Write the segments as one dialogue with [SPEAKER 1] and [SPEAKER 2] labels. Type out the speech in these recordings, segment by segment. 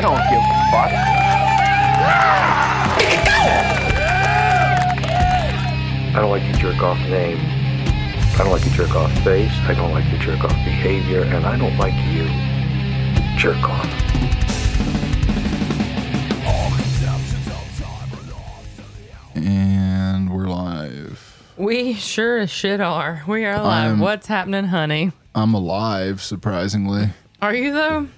[SPEAKER 1] don't give a fuck.
[SPEAKER 2] I don't like your jerk off name. I don't like your jerk off face. I don't like your jerk off behavior. And I don't like you, jerk off.
[SPEAKER 3] And we're live.
[SPEAKER 4] We sure as shit are. We are alive.
[SPEAKER 3] I'm-
[SPEAKER 4] What's happening, honey?
[SPEAKER 3] I'm alive, surprisingly.
[SPEAKER 4] Are you though?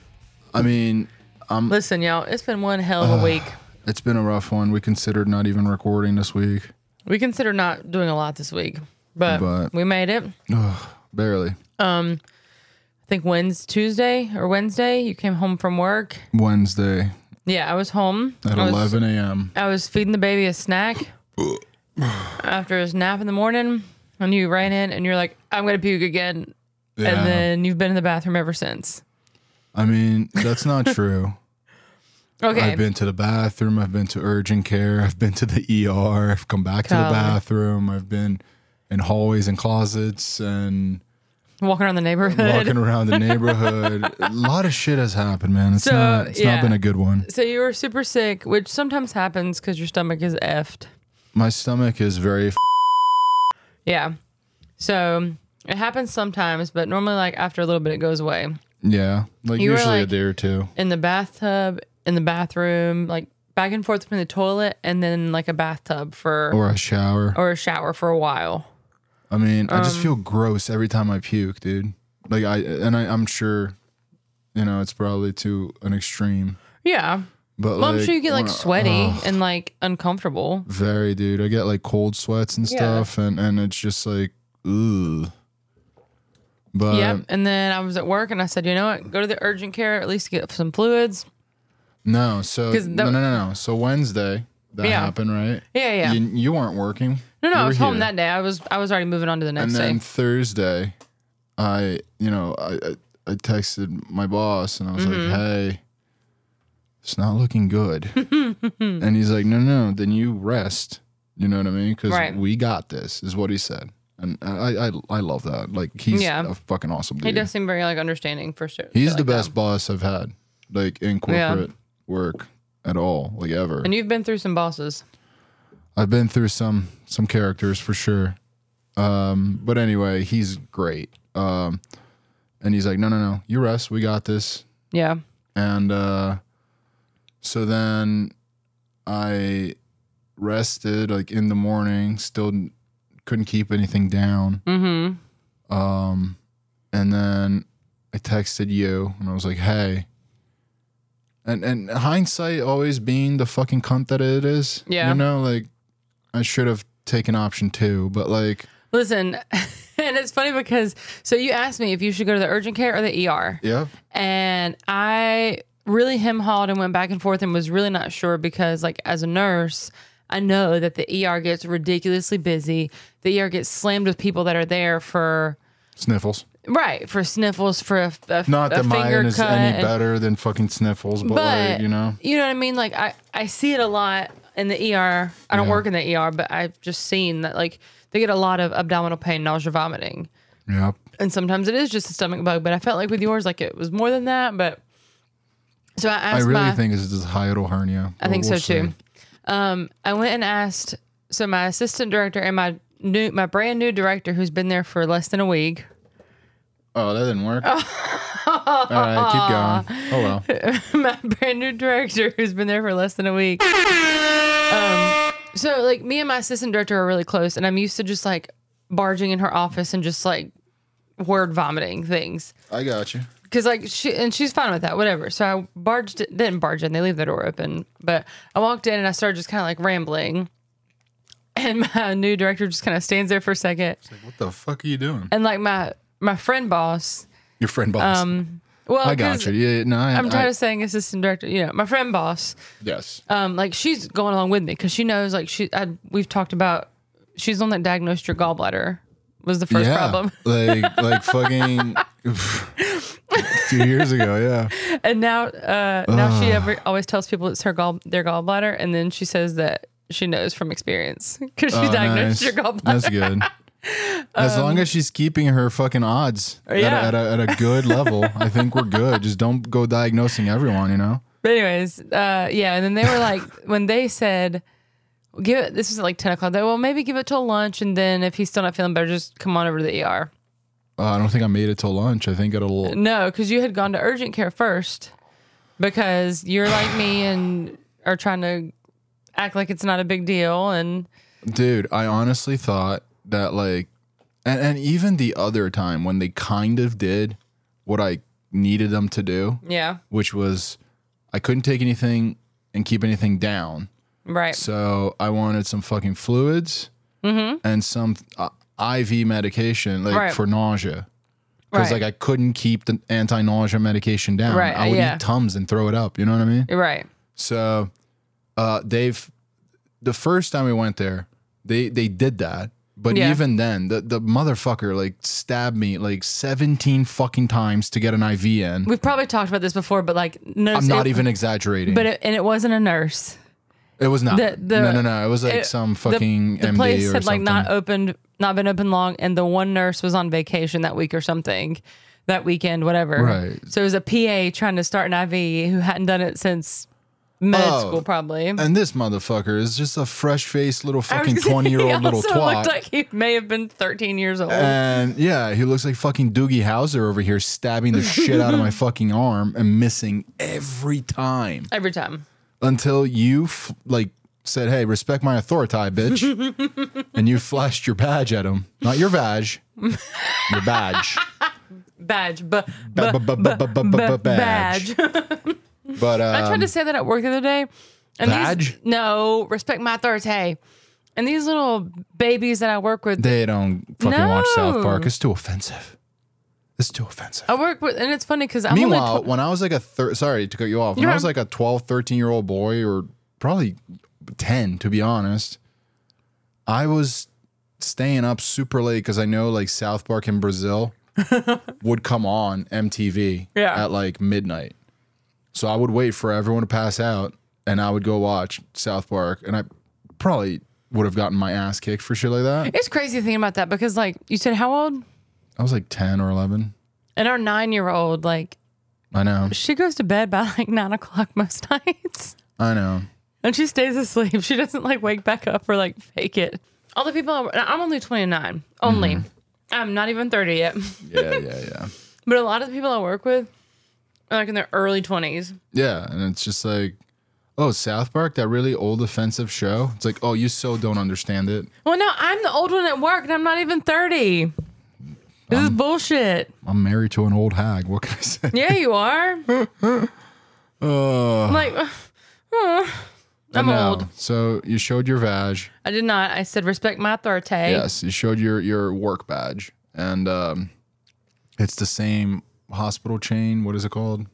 [SPEAKER 3] I mean, Mm.
[SPEAKER 4] Listen, y'all, it's been one hell of a week.
[SPEAKER 3] it's been a rough one. We considered not even recording this week,
[SPEAKER 4] We consider not doing a lot this week, but,
[SPEAKER 3] But-
[SPEAKER 4] we made it. I
[SPEAKER 3] barely.
[SPEAKER 4] think Wednesday, Tuesday or Wednesday, you came home from work.
[SPEAKER 3] Wednesday
[SPEAKER 4] Yeah, I was home.
[SPEAKER 3] at
[SPEAKER 4] I was,
[SPEAKER 3] 11 a.m.
[SPEAKER 4] I was feeding the baby a snack after his nap in the morning, and you ran in and you're like, "I'm gonna puke again,"
[SPEAKER 3] Yeah.
[SPEAKER 4] and then you've been in the bathroom ever since.
[SPEAKER 3] I mean, that's not true.
[SPEAKER 4] Okay,
[SPEAKER 3] I've been to the bathroom. I've been to urgent care. I've been to the ER. I've come back to the
[SPEAKER 4] Tyler.
[SPEAKER 3] bathroom. I've been in hallways and closets and
[SPEAKER 4] walking around the neighborhood.
[SPEAKER 3] walking around the neighborhood. a lot of shit has happened, man. It's
[SPEAKER 4] So,
[SPEAKER 3] not. It's
[SPEAKER 4] yeah.
[SPEAKER 3] not been a good one.
[SPEAKER 4] So you were super sick, which sometimes happens because your stomach is effed.
[SPEAKER 3] My stomach is very. F-
[SPEAKER 4] Yeah. So it happens sometimes, but normally, like after a little bit, it goes away.
[SPEAKER 3] yeah, like
[SPEAKER 4] You were
[SPEAKER 3] usually a
[SPEAKER 4] like-
[SPEAKER 3] day or two.
[SPEAKER 4] In the bathtub, in the bathroom, like back and forth between the toilet and then like a bathtub for or,
[SPEAKER 3] or a shower.
[SPEAKER 4] a shower for a while.
[SPEAKER 3] I mean, I
[SPEAKER 4] Um,
[SPEAKER 3] just feel gross every time I puke, dude. Like I and I, I'm sure, you know, it's probably to an extreme,
[SPEAKER 4] Yeah.
[SPEAKER 3] but
[SPEAKER 4] Well,
[SPEAKER 3] like,
[SPEAKER 4] I'm sure you get like
[SPEAKER 3] when I-
[SPEAKER 4] sweaty
[SPEAKER 3] ugh,
[SPEAKER 4] and like uncomfortable.
[SPEAKER 3] very, dude. I get like cold sweats and
[SPEAKER 4] Yeah.
[SPEAKER 3] stuff, and and it's just like, ooh. But
[SPEAKER 4] yep. And then I was at work and I said, you know what? Go to the urgent care, at least get some fluids.
[SPEAKER 3] no, so
[SPEAKER 4] 'Cause
[SPEAKER 3] no,
[SPEAKER 4] the-
[SPEAKER 3] no, no, no. So Wednesday that
[SPEAKER 4] Yeah.
[SPEAKER 3] happened, right?
[SPEAKER 4] Yeah, yeah.
[SPEAKER 3] You, you weren't working.
[SPEAKER 4] No,
[SPEAKER 3] You
[SPEAKER 4] no, I
[SPEAKER 3] were
[SPEAKER 4] was home
[SPEAKER 3] here.
[SPEAKER 4] that day. I was I was already moving on to the
[SPEAKER 3] and
[SPEAKER 4] next day.
[SPEAKER 3] then Thursday, I you know I I, I texted my boss and I was
[SPEAKER 4] Mm-hmm.
[SPEAKER 3] like, hey, it's not looking good, and he's like, no, no, then you rest. You know what I mean? Because
[SPEAKER 4] Right.
[SPEAKER 3] we got this, is what he said, and I I, I love that. Like he's
[SPEAKER 4] Yeah.
[SPEAKER 3] a fucking awesome dude.
[SPEAKER 4] He does seem very like understanding for sure.
[SPEAKER 3] he's the
[SPEAKER 4] like um, that.
[SPEAKER 3] best boss I've had, like in corporate work at all, like ever.
[SPEAKER 4] And you've been through some bosses.
[SPEAKER 3] I've been through some some characters for sure. Um, but anyway, he's great. Um, and he's like, no, no, no, you rest. We got this.
[SPEAKER 4] Yeah.
[SPEAKER 3] And uh, so then I rested like in the morning. Still couldn't keep anything down.
[SPEAKER 4] Mm-hmm.
[SPEAKER 3] Um, and then I texted you, and I was like, "Hey." And and hindsight always being the fucking cunt that it is.
[SPEAKER 4] Yeah.
[SPEAKER 3] You know, like I should have taken option two, but like,
[SPEAKER 4] Listen, and it's funny because so you asked me if you should go to the urgent care or the ER,
[SPEAKER 3] yeah,
[SPEAKER 4] and I really hem hawed and went back and forth and was really not sure because like as a nurse. I know that the ER gets ridiculously busy. The ER gets slammed with people that are there for
[SPEAKER 3] sniffles.
[SPEAKER 4] right for sniffles, for a, a-
[SPEAKER 3] Not
[SPEAKER 4] a
[SPEAKER 3] that
[SPEAKER 4] finger
[SPEAKER 3] mine is
[SPEAKER 4] cut
[SPEAKER 3] any
[SPEAKER 4] and-
[SPEAKER 3] better than fucking sniffles, but, like, you know,
[SPEAKER 4] you know what I mean. Like I, I see it a lot in the ER. I don't
[SPEAKER 3] Yeah.
[SPEAKER 4] work in the ER, but I've just seen that like they get a lot of abdominal pain, nausea, vomiting,
[SPEAKER 3] yeah.
[SPEAKER 4] and sometimes it is just a stomach bug. But I felt like with yours, like it was more than that. But so I
[SPEAKER 3] I
[SPEAKER 4] asked
[SPEAKER 3] really
[SPEAKER 4] my,
[SPEAKER 3] think it's just hiatal hernia.
[SPEAKER 4] I think so too. Um, I went and asked. So my assistant director and my new, my brand new director, who's been there for less than a week.
[SPEAKER 3] Oh, that didn't work. All
[SPEAKER 4] Oh.
[SPEAKER 3] right, keep going. Oh well.
[SPEAKER 4] my brand new director who's been there for less than a week. Um, so like me and my assistant director are really close, and I'm used to just like barging in her office and just like word vomiting things
[SPEAKER 3] I got you.
[SPEAKER 4] because like she and she's fine with that, whatever. So I barged didn't barge in. They leave the door open, but I walked in and I started just kind of like rambling. And my new director just kind of stands there for a second,
[SPEAKER 3] Like, what the fuck are you doing?
[SPEAKER 4] and like my my friend boss,
[SPEAKER 3] Your friend boss.
[SPEAKER 4] Um, well,
[SPEAKER 3] I got
[SPEAKER 4] Oh, 'cause
[SPEAKER 3] you. Yeah, no, I,
[SPEAKER 4] I'm tired
[SPEAKER 3] I-
[SPEAKER 4] of saying assistant director. You know, my friend boss.
[SPEAKER 3] Yes.
[SPEAKER 4] um, like she's going along with me because she knows like she I, we've talked about she's the one that diagnosed your gallbladder was the first problem
[SPEAKER 3] like like fucking a few years ago, yeah.
[SPEAKER 4] and now uh, now she ever, always tells people it's her gall their gallbladder and then she says that she knows from experience because she
[SPEAKER 3] Oh, nice.
[SPEAKER 4] diagnosed your gallbladder Um,
[SPEAKER 3] That's good. As long as she's keeping her fucking odds at, a,
[SPEAKER 4] Yeah.
[SPEAKER 3] at, a, at a good level, I think we're good. Just don't go diagnosing everyone, you know?
[SPEAKER 4] But anyways, uh, yeah, and then they were like, when they said, "Give it," this is like ten o'clock. They well, maybe give it till lunch, and then if he's still not feeling better, just come on over to the ER.
[SPEAKER 3] Uh, I don't think I made it till lunch. I think it'll.
[SPEAKER 4] No, because you had gone to urgent care first, because you're like me and are trying to act like it's not a big deal, and
[SPEAKER 3] Dude, I honestly thought that like, and, and even the other time when they kind of did what I needed them to do,
[SPEAKER 4] yeah,
[SPEAKER 3] which was I couldn't take anything and keep anything down.
[SPEAKER 4] right,
[SPEAKER 3] So I wanted some fucking fluids and some uh, IV medication like
[SPEAKER 4] Mm-hmm. Right.
[SPEAKER 3] for nausea. Because
[SPEAKER 4] right,
[SPEAKER 3] like I couldn't keep the anti-nausea medication down.
[SPEAKER 4] Right,
[SPEAKER 3] I would
[SPEAKER 4] yeah.
[SPEAKER 3] eat tums and throw it up. You know what I mean?
[SPEAKER 4] right,
[SPEAKER 3] So uh, they've the first time we went there, they they did that. But
[SPEAKER 4] Yeah.
[SPEAKER 3] even then, the, the motherfucker like stabbed me like 17 fucking times to get an IV in.
[SPEAKER 4] We've probably talked about this before, but like, no,
[SPEAKER 3] I'm not
[SPEAKER 4] it-
[SPEAKER 3] even exaggerating.
[SPEAKER 4] But it, and it wasn't a nurse.
[SPEAKER 3] it was not.
[SPEAKER 4] the- the-
[SPEAKER 3] no, no, no. It was like
[SPEAKER 4] it-
[SPEAKER 3] some
[SPEAKER 4] The-
[SPEAKER 3] fucking
[SPEAKER 4] the,
[SPEAKER 3] MD
[SPEAKER 4] place
[SPEAKER 3] or
[SPEAKER 4] had
[SPEAKER 3] something.
[SPEAKER 4] like not opened, not been open long, and the one nurse was on vacation that week or something, that weekend, whatever.
[SPEAKER 3] Right.
[SPEAKER 4] So it was a PA trying to start an IV who hadn't done it since med
[SPEAKER 3] Oh.
[SPEAKER 4] school, probably.
[SPEAKER 3] and this motherfucker is just a fresh-faced little
[SPEAKER 4] I was
[SPEAKER 3] fucking
[SPEAKER 4] gonna say,
[SPEAKER 3] 20-year-old little
[SPEAKER 4] He also
[SPEAKER 3] twat. Uh,
[SPEAKER 4] looked like he may have been 13 years old.
[SPEAKER 3] And yeah, he looks like fucking Doogie Howser over here, stabbing the shit out of my fucking arm and missing every time
[SPEAKER 4] Every time.
[SPEAKER 3] until you f- like said, "Hey, respect my authority, bitch," and you flashed your badge at him. Not your badge, your badge.
[SPEAKER 4] Badge. But
[SPEAKER 3] Ba- ba- ba- ba- ba- ba- badge.
[SPEAKER 4] badge.
[SPEAKER 3] But um,
[SPEAKER 4] I tried to say that at work the other day. And
[SPEAKER 3] Badge?
[SPEAKER 4] These, no, respect my authority. And these little babies that I work with,
[SPEAKER 3] they don't fucking watch South
[SPEAKER 4] No.
[SPEAKER 3] Park. It's too offensive. It's too offensive.
[SPEAKER 4] I work with, and it's funny because I'm
[SPEAKER 3] Meanwhile,
[SPEAKER 4] only tw-
[SPEAKER 3] when I was like a thir- sorry to cut you off, when
[SPEAKER 4] You're
[SPEAKER 3] I was
[SPEAKER 4] fine.
[SPEAKER 3] like a 12, 13 year old boy, or probably 10, to be honest, I was staying up super late because I know like South Park in Brazil would come on MTV
[SPEAKER 4] Yeah.
[SPEAKER 3] at like midnight. So I would wait for everyone to pass out and I would go watch South Park and I probably would have gotten my ass kicked for shit like that.
[SPEAKER 4] it's crazy thinking about that because like you said, how old?
[SPEAKER 3] I was like 10 or 11.
[SPEAKER 4] And our nine year old, like
[SPEAKER 3] I know.
[SPEAKER 4] she goes to bed by like nine o'clock most nights.
[SPEAKER 3] I know.
[SPEAKER 4] And she stays asleep. She doesn't like wake back up or like fake it. Mm-hmm. All the people, and I'm only 29, only. I'm not even 30 yet.
[SPEAKER 3] Yeah, yeah, yeah.
[SPEAKER 4] But a lot of the people I work with are like in their early 20s.
[SPEAKER 3] Yeah, and it's just like, oh, South Park, that really old offensive show. It's like, oh, you so don't understand it.
[SPEAKER 4] Well, no, I'm the old one at work and I'm not even 30. This is bullshit.
[SPEAKER 3] I'm married to an old hag. What can I say?
[SPEAKER 4] Yeah, you are. Uh.
[SPEAKER 3] Oh,
[SPEAKER 4] like, oh, I'm
[SPEAKER 3] no.
[SPEAKER 4] old.
[SPEAKER 3] So you showed your vag.
[SPEAKER 4] I did not. I said respect my authority.
[SPEAKER 3] Yes, you showed your your work badge, and um, it's the same hospital chain. What is it called?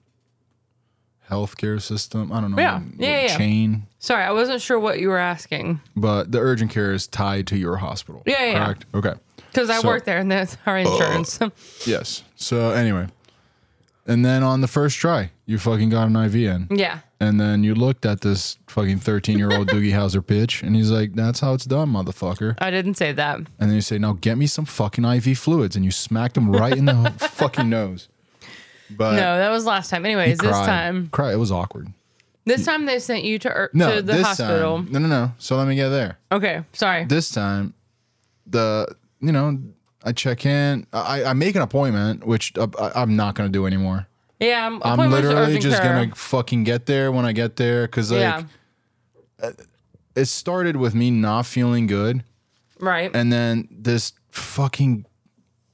[SPEAKER 3] Healthcare system. I don't know.
[SPEAKER 4] Yeah.
[SPEAKER 3] what
[SPEAKER 4] Yeah, yeah.
[SPEAKER 3] Chain,
[SPEAKER 4] Sorry, I wasn't sure what you were asking
[SPEAKER 3] but the urgent care is tied to your hospital.
[SPEAKER 4] Yeah, yeah, yeah.
[SPEAKER 3] Correct. Okay.
[SPEAKER 4] because I
[SPEAKER 3] So-
[SPEAKER 4] work there and that's our insurance.
[SPEAKER 3] Yes. So anyway, and then on the first try, you fucking got an IV in.
[SPEAKER 4] yeah.
[SPEAKER 3] And then you looked at this fucking 13 year old Doogie Howser bitch, and he's like, That's how it's done, motherfucker.
[SPEAKER 4] I didn't say that.
[SPEAKER 3] And then you say, Now get me some fucking IV fluids. And you smacked him right in the fucking nose. But
[SPEAKER 4] No, that was last time. Anyways, this
[SPEAKER 3] Uh, cried.
[SPEAKER 4] time,
[SPEAKER 3] Cried. It was awkward.
[SPEAKER 4] this time they sent you to, er-
[SPEAKER 3] No,
[SPEAKER 4] to the
[SPEAKER 3] this
[SPEAKER 4] hospital.
[SPEAKER 3] time. No, no, no. So let me get there.
[SPEAKER 4] Okay, sorry.
[SPEAKER 3] This time, the, you know, I check in. I, I make an appointment, which uh, I, I'm not going to do anymore.
[SPEAKER 4] yeah, I'm,
[SPEAKER 3] I'm
[SPEAKER 4] appointments to
[SPEAKER 3] literally
[SPEAKER 4] urgent
[SPEAKER 3] just
[SPEAKER 4] care.
[SPEAKER 3] gonna fucking get there when I get there because like
[SPEAKER 4] yeah,
[SPEAKER 3] it started with me not feeling good,
[SPEAKER 4] right.
[SPEAKER 3] and then this fucking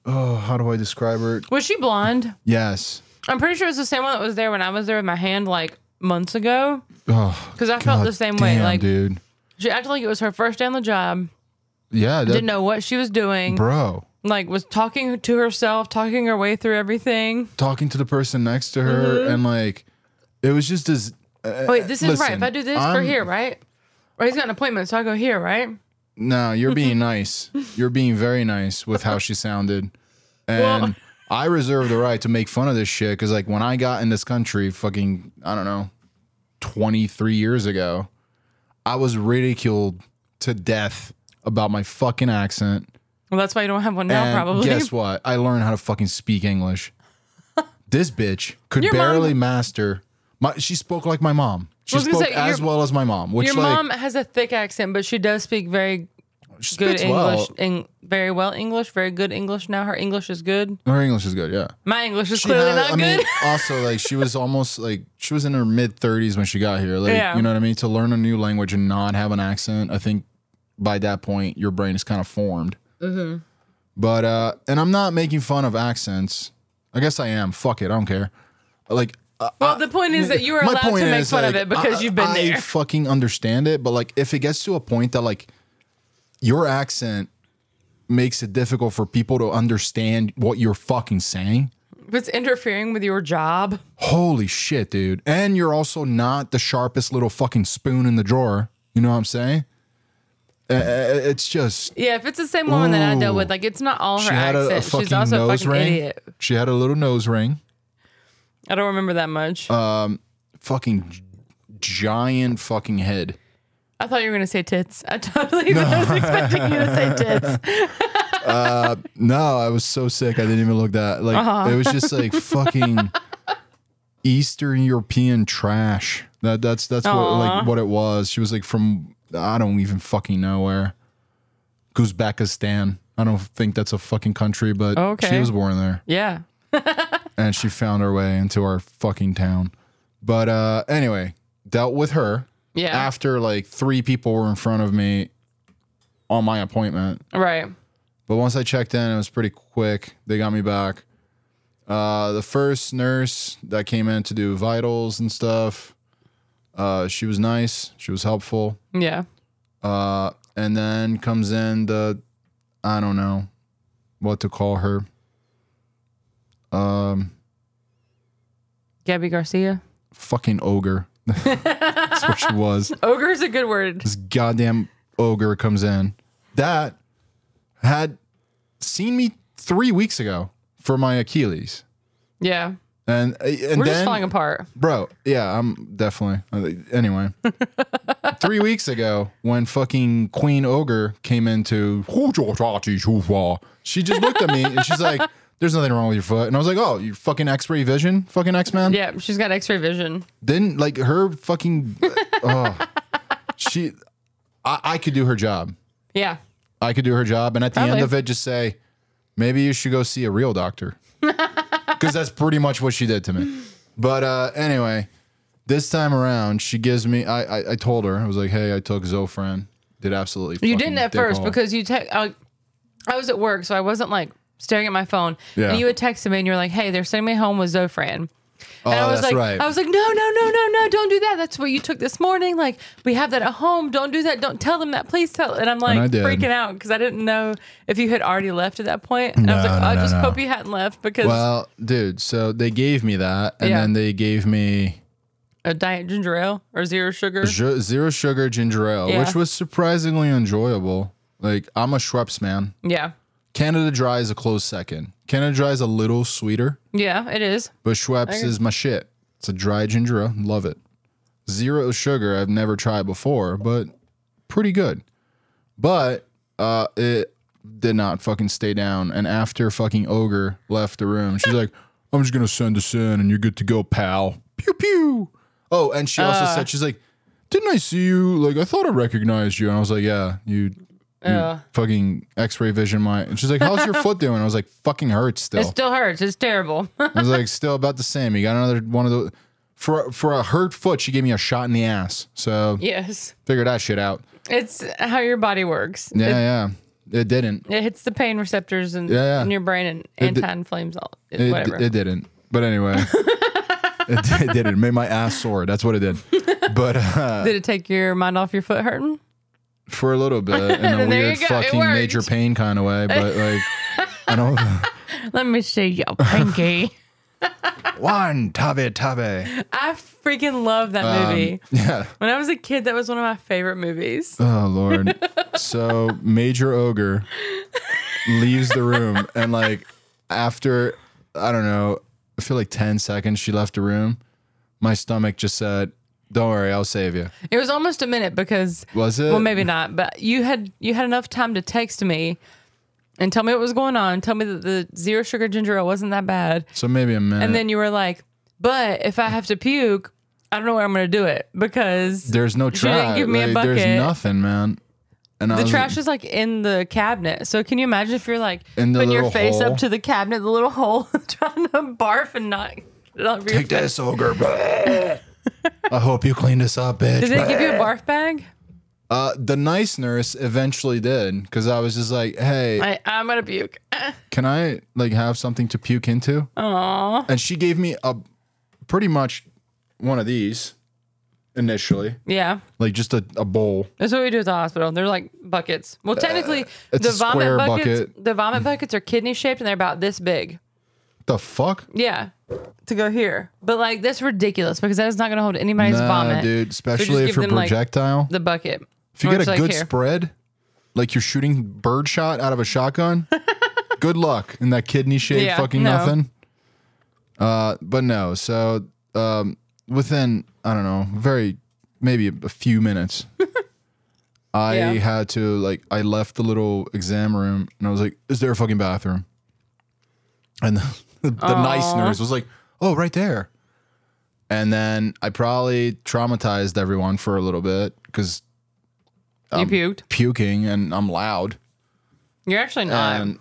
[SPEAKER 3] oh how do I describe her?
[SPEAKER 4] was she blonde?
[SPEAKER 3] Yes,
[SPEAKER 4] I'm pretty sure it's the same one that was there when I was there with my hand like months ago.
[SPEAKER 3] oh
[SPEAKER 4] Because I felt
[SPEAKER 3] God
[SPEAKER 4] the same way.
[SPEAKER 3] damn,
[SPEAKER 4] Like
[SPEAKER 3] dude,
[SPEAKER 4] she acted like it was her first day on the job.
[SPEAKER 3] yeah, that,
[SPEAKER 4] Didn't know what she was doing.
[SPEAKER 3] Uh, bro,
[SPEAKER 4] like was talking to herself, talking her way through everything.
[SPEAKER 3] talking to the person next to her,
[SPEAKER 4] Mm-hmm.
[SPEAKER 3] and like it was just as
[SPEAKER 4] Wait, this is
[SPEAKER 3] Uh, listen,
[SPEAKER 4] right. If I do this for
[SPEAKER 3] I'm-
[SPEAKER 4] here, right? Or he's got an appointment, so I go here, right?
[SPEAKER 3] no, you're being nice, you're being very nice with how she sounded, and.
[SPEAKER 4] Well-
[SPEAKER 3] I reserve the right to make fun of this shit because, like, when I got in this country, fucking, I don't know, 23 years ago, I was ridiculed to death about my fucking accent.
[SPEAKER 4] Well, that's why you don't have one now,
[SPEAKER 3] and
[SPEAKER 4] probably.
[SPEAKER 3] guess what? I learned how to fucking speak English. this bitch could
[SPEAKER 4] Your mom-
[SPEAKER 3] barely master My, she spoke like my mom. She
[SPEAKER 4] I was gonna
[SPEAKER 3] spoke
[SPEAKER 4] say,
[SPEAKER 3] as
[SPEAKER 4] your-
[SPEAKER 3] well as my mom, which
[SPEAKER 4] Your
[SPEAKER 3] like
[SPEAKER 4] mom has a thick accent, but she does speak very
[SPEAKER 3] she
[SPEAKER 4] good
[SPEAKER 3] speaks
[SPEAKER 4] English,
[SPEAKER 3] well.
[SPEAKER 4] in, very well English, very good English. Now her English is good.
[SPEAKER 3] Her English is good, yeah.
[SPEAKER 4] My English is
[SPEAKER 3] She
[SPEAKER 4] clearly
[SPEAKER 3] had-
[SPEAKER 4] not
[SPEAKER 3] I
[SPEAKER 4] good.
[SPEAKER 3] mean, also like she was almost like she was in her mid thirties when she got here. Like
[SPEAKER 4] Yeah.
[SPEAKER 3] you know what I mean? To learn a new language and not have an accent, I think by that point your brain is kind of formed.
[SPEAKER 4] Mm-hmm.
[SPEAKER 3] But uh, and I'm not making fun of accents. I guess I am. Fuck it, I don't care. Like
[SPEAKER 4] well, the point is that you are
[SPEAKER 3] my
[SPEAKER 4] allowed to
[SPEAKER 3] point
[SPEAKER 4] make
[SPEAKER 3] is,
[SPEAKER 4] fun of
[SPEAKER 3] like,
[SPEAKER 4] it because
[SPEAKER 3] I-
[SPEAKER 4] you've been
[SPEAKER 3] I
[SPEAKER 4] there.
[SPEAKER 3] fucking understand it, but like if it gets to a point that like your accent makes it difficult for people to understand what you're fucking saying.
[SPEAKER 4] If it's interfering with your job,
[SPEAKER 3] Holy shit, dude. And you're also not the sharpest little fucking spoon in the drawer. You know what I'm saying? Uh, uh, It's just
[SPEAKER 4] yeah. If it's the same woman that I dealt
[SPEAKER 3] Ooh.
[SPEAKER 4] with, like it's not all her
[SPEAKER 3] she had a- a,
[SPEAKER 4] accent.
[SPEAKER 3] fucking
[SPEAKER 4] She's also a
[SPEAKER 3] nose
[SPEAKER 4] fucking
[SPEAKER 3] ring.
[SPEAKER 4] idiot.
[SPEAKER 3] She had a little nose ring.
[SPEAKER 4] I don't remember that much.
[SPEAKER 3] Uh, Fucking g- giant fucking head.
[SPEAKER 4] I thought you were gonna say tits. I totally was expecting you to say tits.
[SPEAKER 3] No, I was so sick. I didn't even look that. Like
[SPEAKER 4] Uh-huh.
[SPEAKER 3] it was just like fucking Eastern European trash. That that's that's what like what it was. She was like from I don't even fucking know where. Uzbekistan. I don't think that's a fucking country, but she
[SPEAKER 4] Okay.
[SPEAKER 3] was born there
[SPEAKER 4] Yeah.
[SPEAKER 3] and she found her way into our fucking town. But uh anyway, dealt with her
[SPEAKER 4] Yeah.
[SPEAKER 3] after like three people were in front of me on my appointment.
[SPEAKER 4] Right.
[SPEAKER 3] But once I checked in, it was pretty quick. They got me back. Uh, the first nurse that came in to do vitals and stuff, uh, she was nice. She was helpful.
[SPEAKER 4] Yeah.
[SPEAKER 3] Uh, and then comes in the, I don't know what to call her. Um,
[SPEAKER 4] Gabby Garcia.
[SPEAKER 3] fucking ogre. That's what she was.
[SPEAKER 4] Ogre is a good word.
[SPEAKER 3] this goddamn ogre comes in that had seen me three weeks ago for my Achilles,
[SPEAKER 4] Yeah.
[SPEAKER 3] and uh, and then
[SPEAKER 4] We're just falling apart.
[SPEAKER 3] bro, yeah, I'm definitely uh, anyway. three weeks ago, when fucking Queen Ogre came into, she just looked at me and she's like. There's nothing wrong with your foot. And I was like, oh, you fucking x ray vision? Fucking X Man?
[SPEAKER 4] Yeah, she's got X-ray vision.
[SPEAKER 3] Then like her fucking. oh, she. I, I could do her job.
[SPEAKER 4] Yeah.
[SPEAKER 3] I could do her job, and at the
[SPEAKER 4] Probably.
[SPEAKER 3] end of it, just say, maybe you should go see a real doctor, because that's pretty much what she did to me. But uh, anyway, this time around, she gives me. I, I I told her I was like, hey, I took Zofran. Did absolutely.
[SPEAKER 4] You
[SPEAKER 3] fucking
[SPEAKER 4] didn't at
[SPEAKER 3] dick
[SPEAKER 4] first
[SPEAKER 3] all."
[SPEAKER 4] because you text. I, I was at work, so I wasn't like staring at my phone.
[SPEAKER 3] Yeah.
[SPEAKER 4] And you had texted me, and you're like, "Hey, they're sending me home with Zofran."
[SPEAKER 3] Oh,
[SPEAKER 4] and I was
[SPEAKER 3] that's
[SPEAKER 4] like,
[SPEAKER 3] right.
[SPEAKER 4] I was like, no, no, no, no, no, don't do that. That's what you took this morning. Like, we have that at home. Don't do that. Don't tell them that. Please tell. And I'm like
[SPEAKER 3] I did.
[SPEAKER 4] freaking out because I didn't know if you had already left at that point. And I was
[SPEAKER 3] No,
[SPEAKER 4] like,
[SPEAKER 3] no,
[SPEAKER 4] I
[SPEAKER 3] no,
[SPEAKER 4] just
[SPEAKER 3] no.
[SPEAKER 4] hope you hadn't left because
[SPEAKER 3] well, dude. So they gave me that, and
[SPEAKER 4] Yeah.
[SPEAKER 3] then they gave me
[SPEAKER 4] a diet ginger ale or zero sugar.
[SPEAKER 3] ju- zero sugar ginger ale,
[SPEAKER 4] Yeah.
[SPEAKER 3] which was surprisingly enjoyable. Like I'm a Schweppes man.
[SPEAKER 4] yeah,
[SPEAKER 3] Canada Dry is a close second. Canada Dry is a little sweeter.
[SPEAKER 4] yeah, it is.
[SPEAKER 3] But Schweppes is my shit. It's a dry ginger ale. Love it. Zero sugar. I've never tried before, but pretty good. But uh, it did not fucking stay down. And after fucking Ogre left the room, she's like, I'm just going to send this in and you're good to go, pal. Pew, pew. Oh, and she also said, she's like, didn't I see you? Like, I thought I recognized you. And I was like, yeah, you, you fucking x-ray vision my. And she's like, how's your foot doing? I was like, fucking hurts still.
[SPEAKER 4] It still hurts. It's terrible.
[SPEAKER 3] I was like, still about the same. You got another one of those for for a hurt foot. She gave me a shot in the ass. So
[SPEAKER 4] yes,
[SPEAKER 3] figure that shit out.
[SPEAKER 4] it's how your body works.
[SPEAKER 3] Yeah, yeah. It didn't.
[SPEAKER 4] It hits the pain receptors in,
[SPEAKER 3] Yeah.
[SPEAKER 4] in your brain and
[SPEAKER 3] d-
[SPEAKER 4] anti-inflames all
[SPEAKER 3] It,
[SPEAKER 4] whatever.
[SPEAKER 3] it didn't. But anyway, it, it didn't. It made my ass sore. That's what it did. But uh,
[SPEAKER 4] Did it take your mind off your foot hurting?
[SPEAKER 3] for a little bit, in a
[SPEAKER 4] There you
[SPEAKER 3] weird
[SPEAKER 4] go. It
[SPEAKER 3] fucking
[SPEAKER 4] worked.
[SPEAKER 3] major pain kind of way. But like, I don't.
[SPEAKER 4] Let me see your pinky.
[SPEAKER 3] One tabe tabe.
[SPEAKER 4] I freaking love that
[SPEAKER 3] Um,
[SPEAKER 4] movie.
[SPEAKER 3] Yeah.
[SPEAKER 4] When I was a kid, that was one of my favorite movies.
[SPEAKER 3] Oh lord. so Major Ogre leaves the room and like after I don't know, I feel like 10 seconds she left the room, my stomach just said, "Don't worry, I'll save you."
[SPEAKER 4] It was almost a minute because
[SPEAKER 3] Was it?
[SPEAKER 4] well, maybe not, but you had you had enough time to text me and tell me what was going on. Tell me that the zero sugar ginger ale wasn't that bad,
[SPEAKER 3] So maybe a minute.
[SPEAKER 4] and then you were like, "But if I have to puke, I don't know where I'm going to do it because
[SPEAKER 3] There's no
[SPEAKER 4] She didn't
[SPEAKER 3] trash.
[SPEAKER 4] give me a
[SPEAKER 3] like,
[SPEAKER 4] bucket.
[SPEAKER 3] There's nothing, man. And I
[SPEAKER 4] the
[SPEAKER 3] was,
[SPEAKER 4] trash is like in the cabinet. So can you imagine if you're like
[SPEAKER 3] In the
[SPEAKER 4] putting your
[SPEAKER 3] little
[SPEAKER 4] face
[SPEAKER 3] hole.
[SPEAKER 4] up to the cabinet, the little hole, trying to barf and not. not re-
[SPEAKER 3] Take this, ogre. I hope you clean this up, bitch.
[SPEAKER 4] Did they give you a barf bag?
[SPEAKER 3] Uh, the nice nurse eventually did because I was just like, "Hey,
[SPEAKER 4] I, I'm gonna puke.
[SPEAKER 3] can I like have something to puke into?"
[SPEAKER 4] Aww.
[SPEAKER 3] And she gave me a pretty much one of these initially,
[SPEAKER 4] Yeah,
[SPEAKER 3] like just a, a bowl.
[SPEAKER 4] that's what we do at the hospital. They're like buckets. Well, technically,
[SPEAKER 3] Uh, it's
[SPEAKER 4] the
[SPEAKER 3] a
[SPEAKER 4] vomit
[SPEAKER 3] square
[SPEAKER 4] buckets,
[SPEAKER 3] bucket.
[SPEAKER 4] the vomit buckets are kidney shaped and they're about this big.
[SPEAKER 3] The fuck,
[SPEAKER 4] Yeah, to go here. But like that's ridiculous because that is not gonna hold anybody's
[SPEAKER 3] nah,
[SPEAKER 4] vomit.
[SPEAKER 3] dude. Especially
[SPEAKER 4] give
[SPEAKER 3] if you're
[SPEAKER 4] them, like,
[SPEAKER 3] projectile.
[SPEAKER 4] The bucket.
[SPEAKER 3] if you
[SPEAKER 4] Or
[SPEAKER 3] get a
[SPEAKER 4] it's like
[SPEAKER 3] good
[SPEAKER 4] here.
[SPEAKER 3] spread, like you're shooting bird shot out of a shotgun, good luck in that kidney shaped
[SPEAKER 4] Yeah,
[SPEAKER 3] fucking
[SPEAKER 4] no.
[SPEAKER 3] nothing. Uh, but no, so um, within I don't know, very maybe a, a few minutes, I
[SPEAKER 4] Yeah.
[SPEAKER 3] had to like I left the little exam room and I was like, "Is there a fucking bathroom?" And the, the, nice nurse was like, "Oh, right there." And then I probably traumatized everyone for a little bit because
[SPEAKER 4] you
[SPEAKER 3] um,
[SPEAKER 4] puked.
[SPEAKER 3] puking and I'm loud.
[SPEAKER 4] You're actually not
[SPEAKER 3] And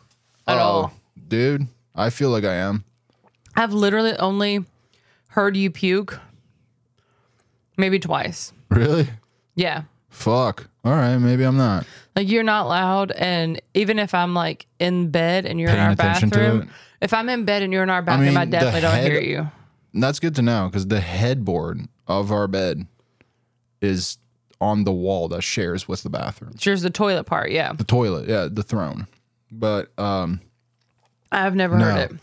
[SPEAKER 4] at
[SPEAKER 3] oh,
[SPEAKER 4] all.
[SPEAKER 3] dude, I feel like I am.
[SPEAKER 4] I've literally only heard you puke maybe twice.
[SPEAKER 3] Really?
[SPEAKER 4] Yeah.
[SPEAKER 3] Fuck. All right, maybe I'm not.
[SPEAKER 4] Like you're not loud and even if I'm like in bed and you're in
[SPEAKER 3] Paying
[SPEAKER 4] our
[SPEAKER 3] attention to it.
[SPEAKER 4] bathroom, if I'm in bed and you're in our bathroom, I,
[SPEAKER 3] mean, the
[SPEAKER 4] definitely don't
[SPEAKER 3] head-
[SPEAKER 4] hear you.
[SPEAKER 3] And that's good to know because the headboard of our bed is on the wall that shares with the bathroom,
[SPEAKER 4] Here's the toilet part, yeah.
[SPEAKER 3] the toilet, yeah, the throne. But um,
[SPEAKER 4] I've never
[SPEAKER 3] No.
[SPEAKER 4] heard it.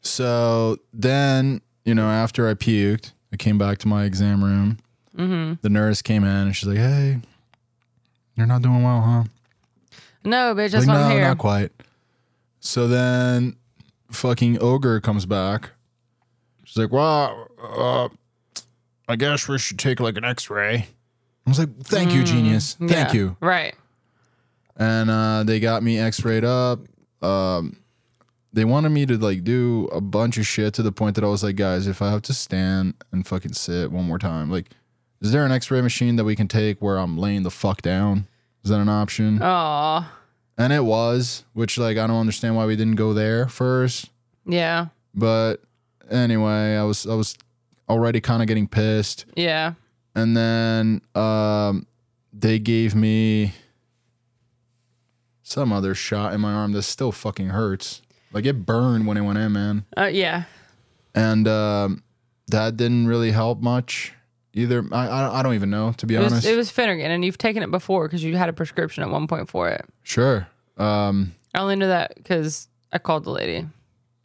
[SPEAKER 3] so then you know, after I puked, I came back to my exam room.
[SPEAKER 4] Mm-hmm.
[SPEAKER 3] The nurse came in and she's like, "Hey, you're not doing well, huh?"
[SPEAKER 4] No, bitch, that's
[SPEAKER 3] like,
[SPEAKER 4] why
[SPEAKER 3] no,
[SPEAKER 4] I'm here.
[SPEAKER 3] not quite. So then, fucking ogre comes back. She's like, "Well, uh, I guess we should take like an X-ray." I was like, "Thank you, genius. Thank
[SPEAKER 4] Mm, Yeah,
[SPEAKER 3] you."
[SPEAKER 4] Right.
[SPEAKER 3] And uh, they got me X-rayed up. Um, they wanted me to like do a bunch of shit to the point that I was like, "Guys, if I have to stand and fucking sit one more time, like, is there an X-ray machine that we can take where I'm laying the fuck down? Is that an option?"
[SPEAKER 4] Oh.
[SPEAKER 3] And it was, which like I don't understand why we didn't go there first.
[SPEAKER 4] Yeah.
[SPEAKER 3] But anyway, I was I was already kind of getting pissed.
[SPEAKER 4] Yeah.
[SPEAKER 3] And then um they gave me some other shot in my arm that still fucking hurts. Like it burned when it went in, man.
[SPEAKER 4] Uh, yeah.
[SPEAKER 3] And um that didn't really help much either. I I, I don't even know to be
[SPEAKER 4] It was,
[SPEAKER 3] honest.
[SPEAKER 4] it was Finnegan, and you've taken it before because you had a prescription at one point for it.
[SPEAKER 3] sure. Um
[SPEAKER 4] I only knew that because I called the lady.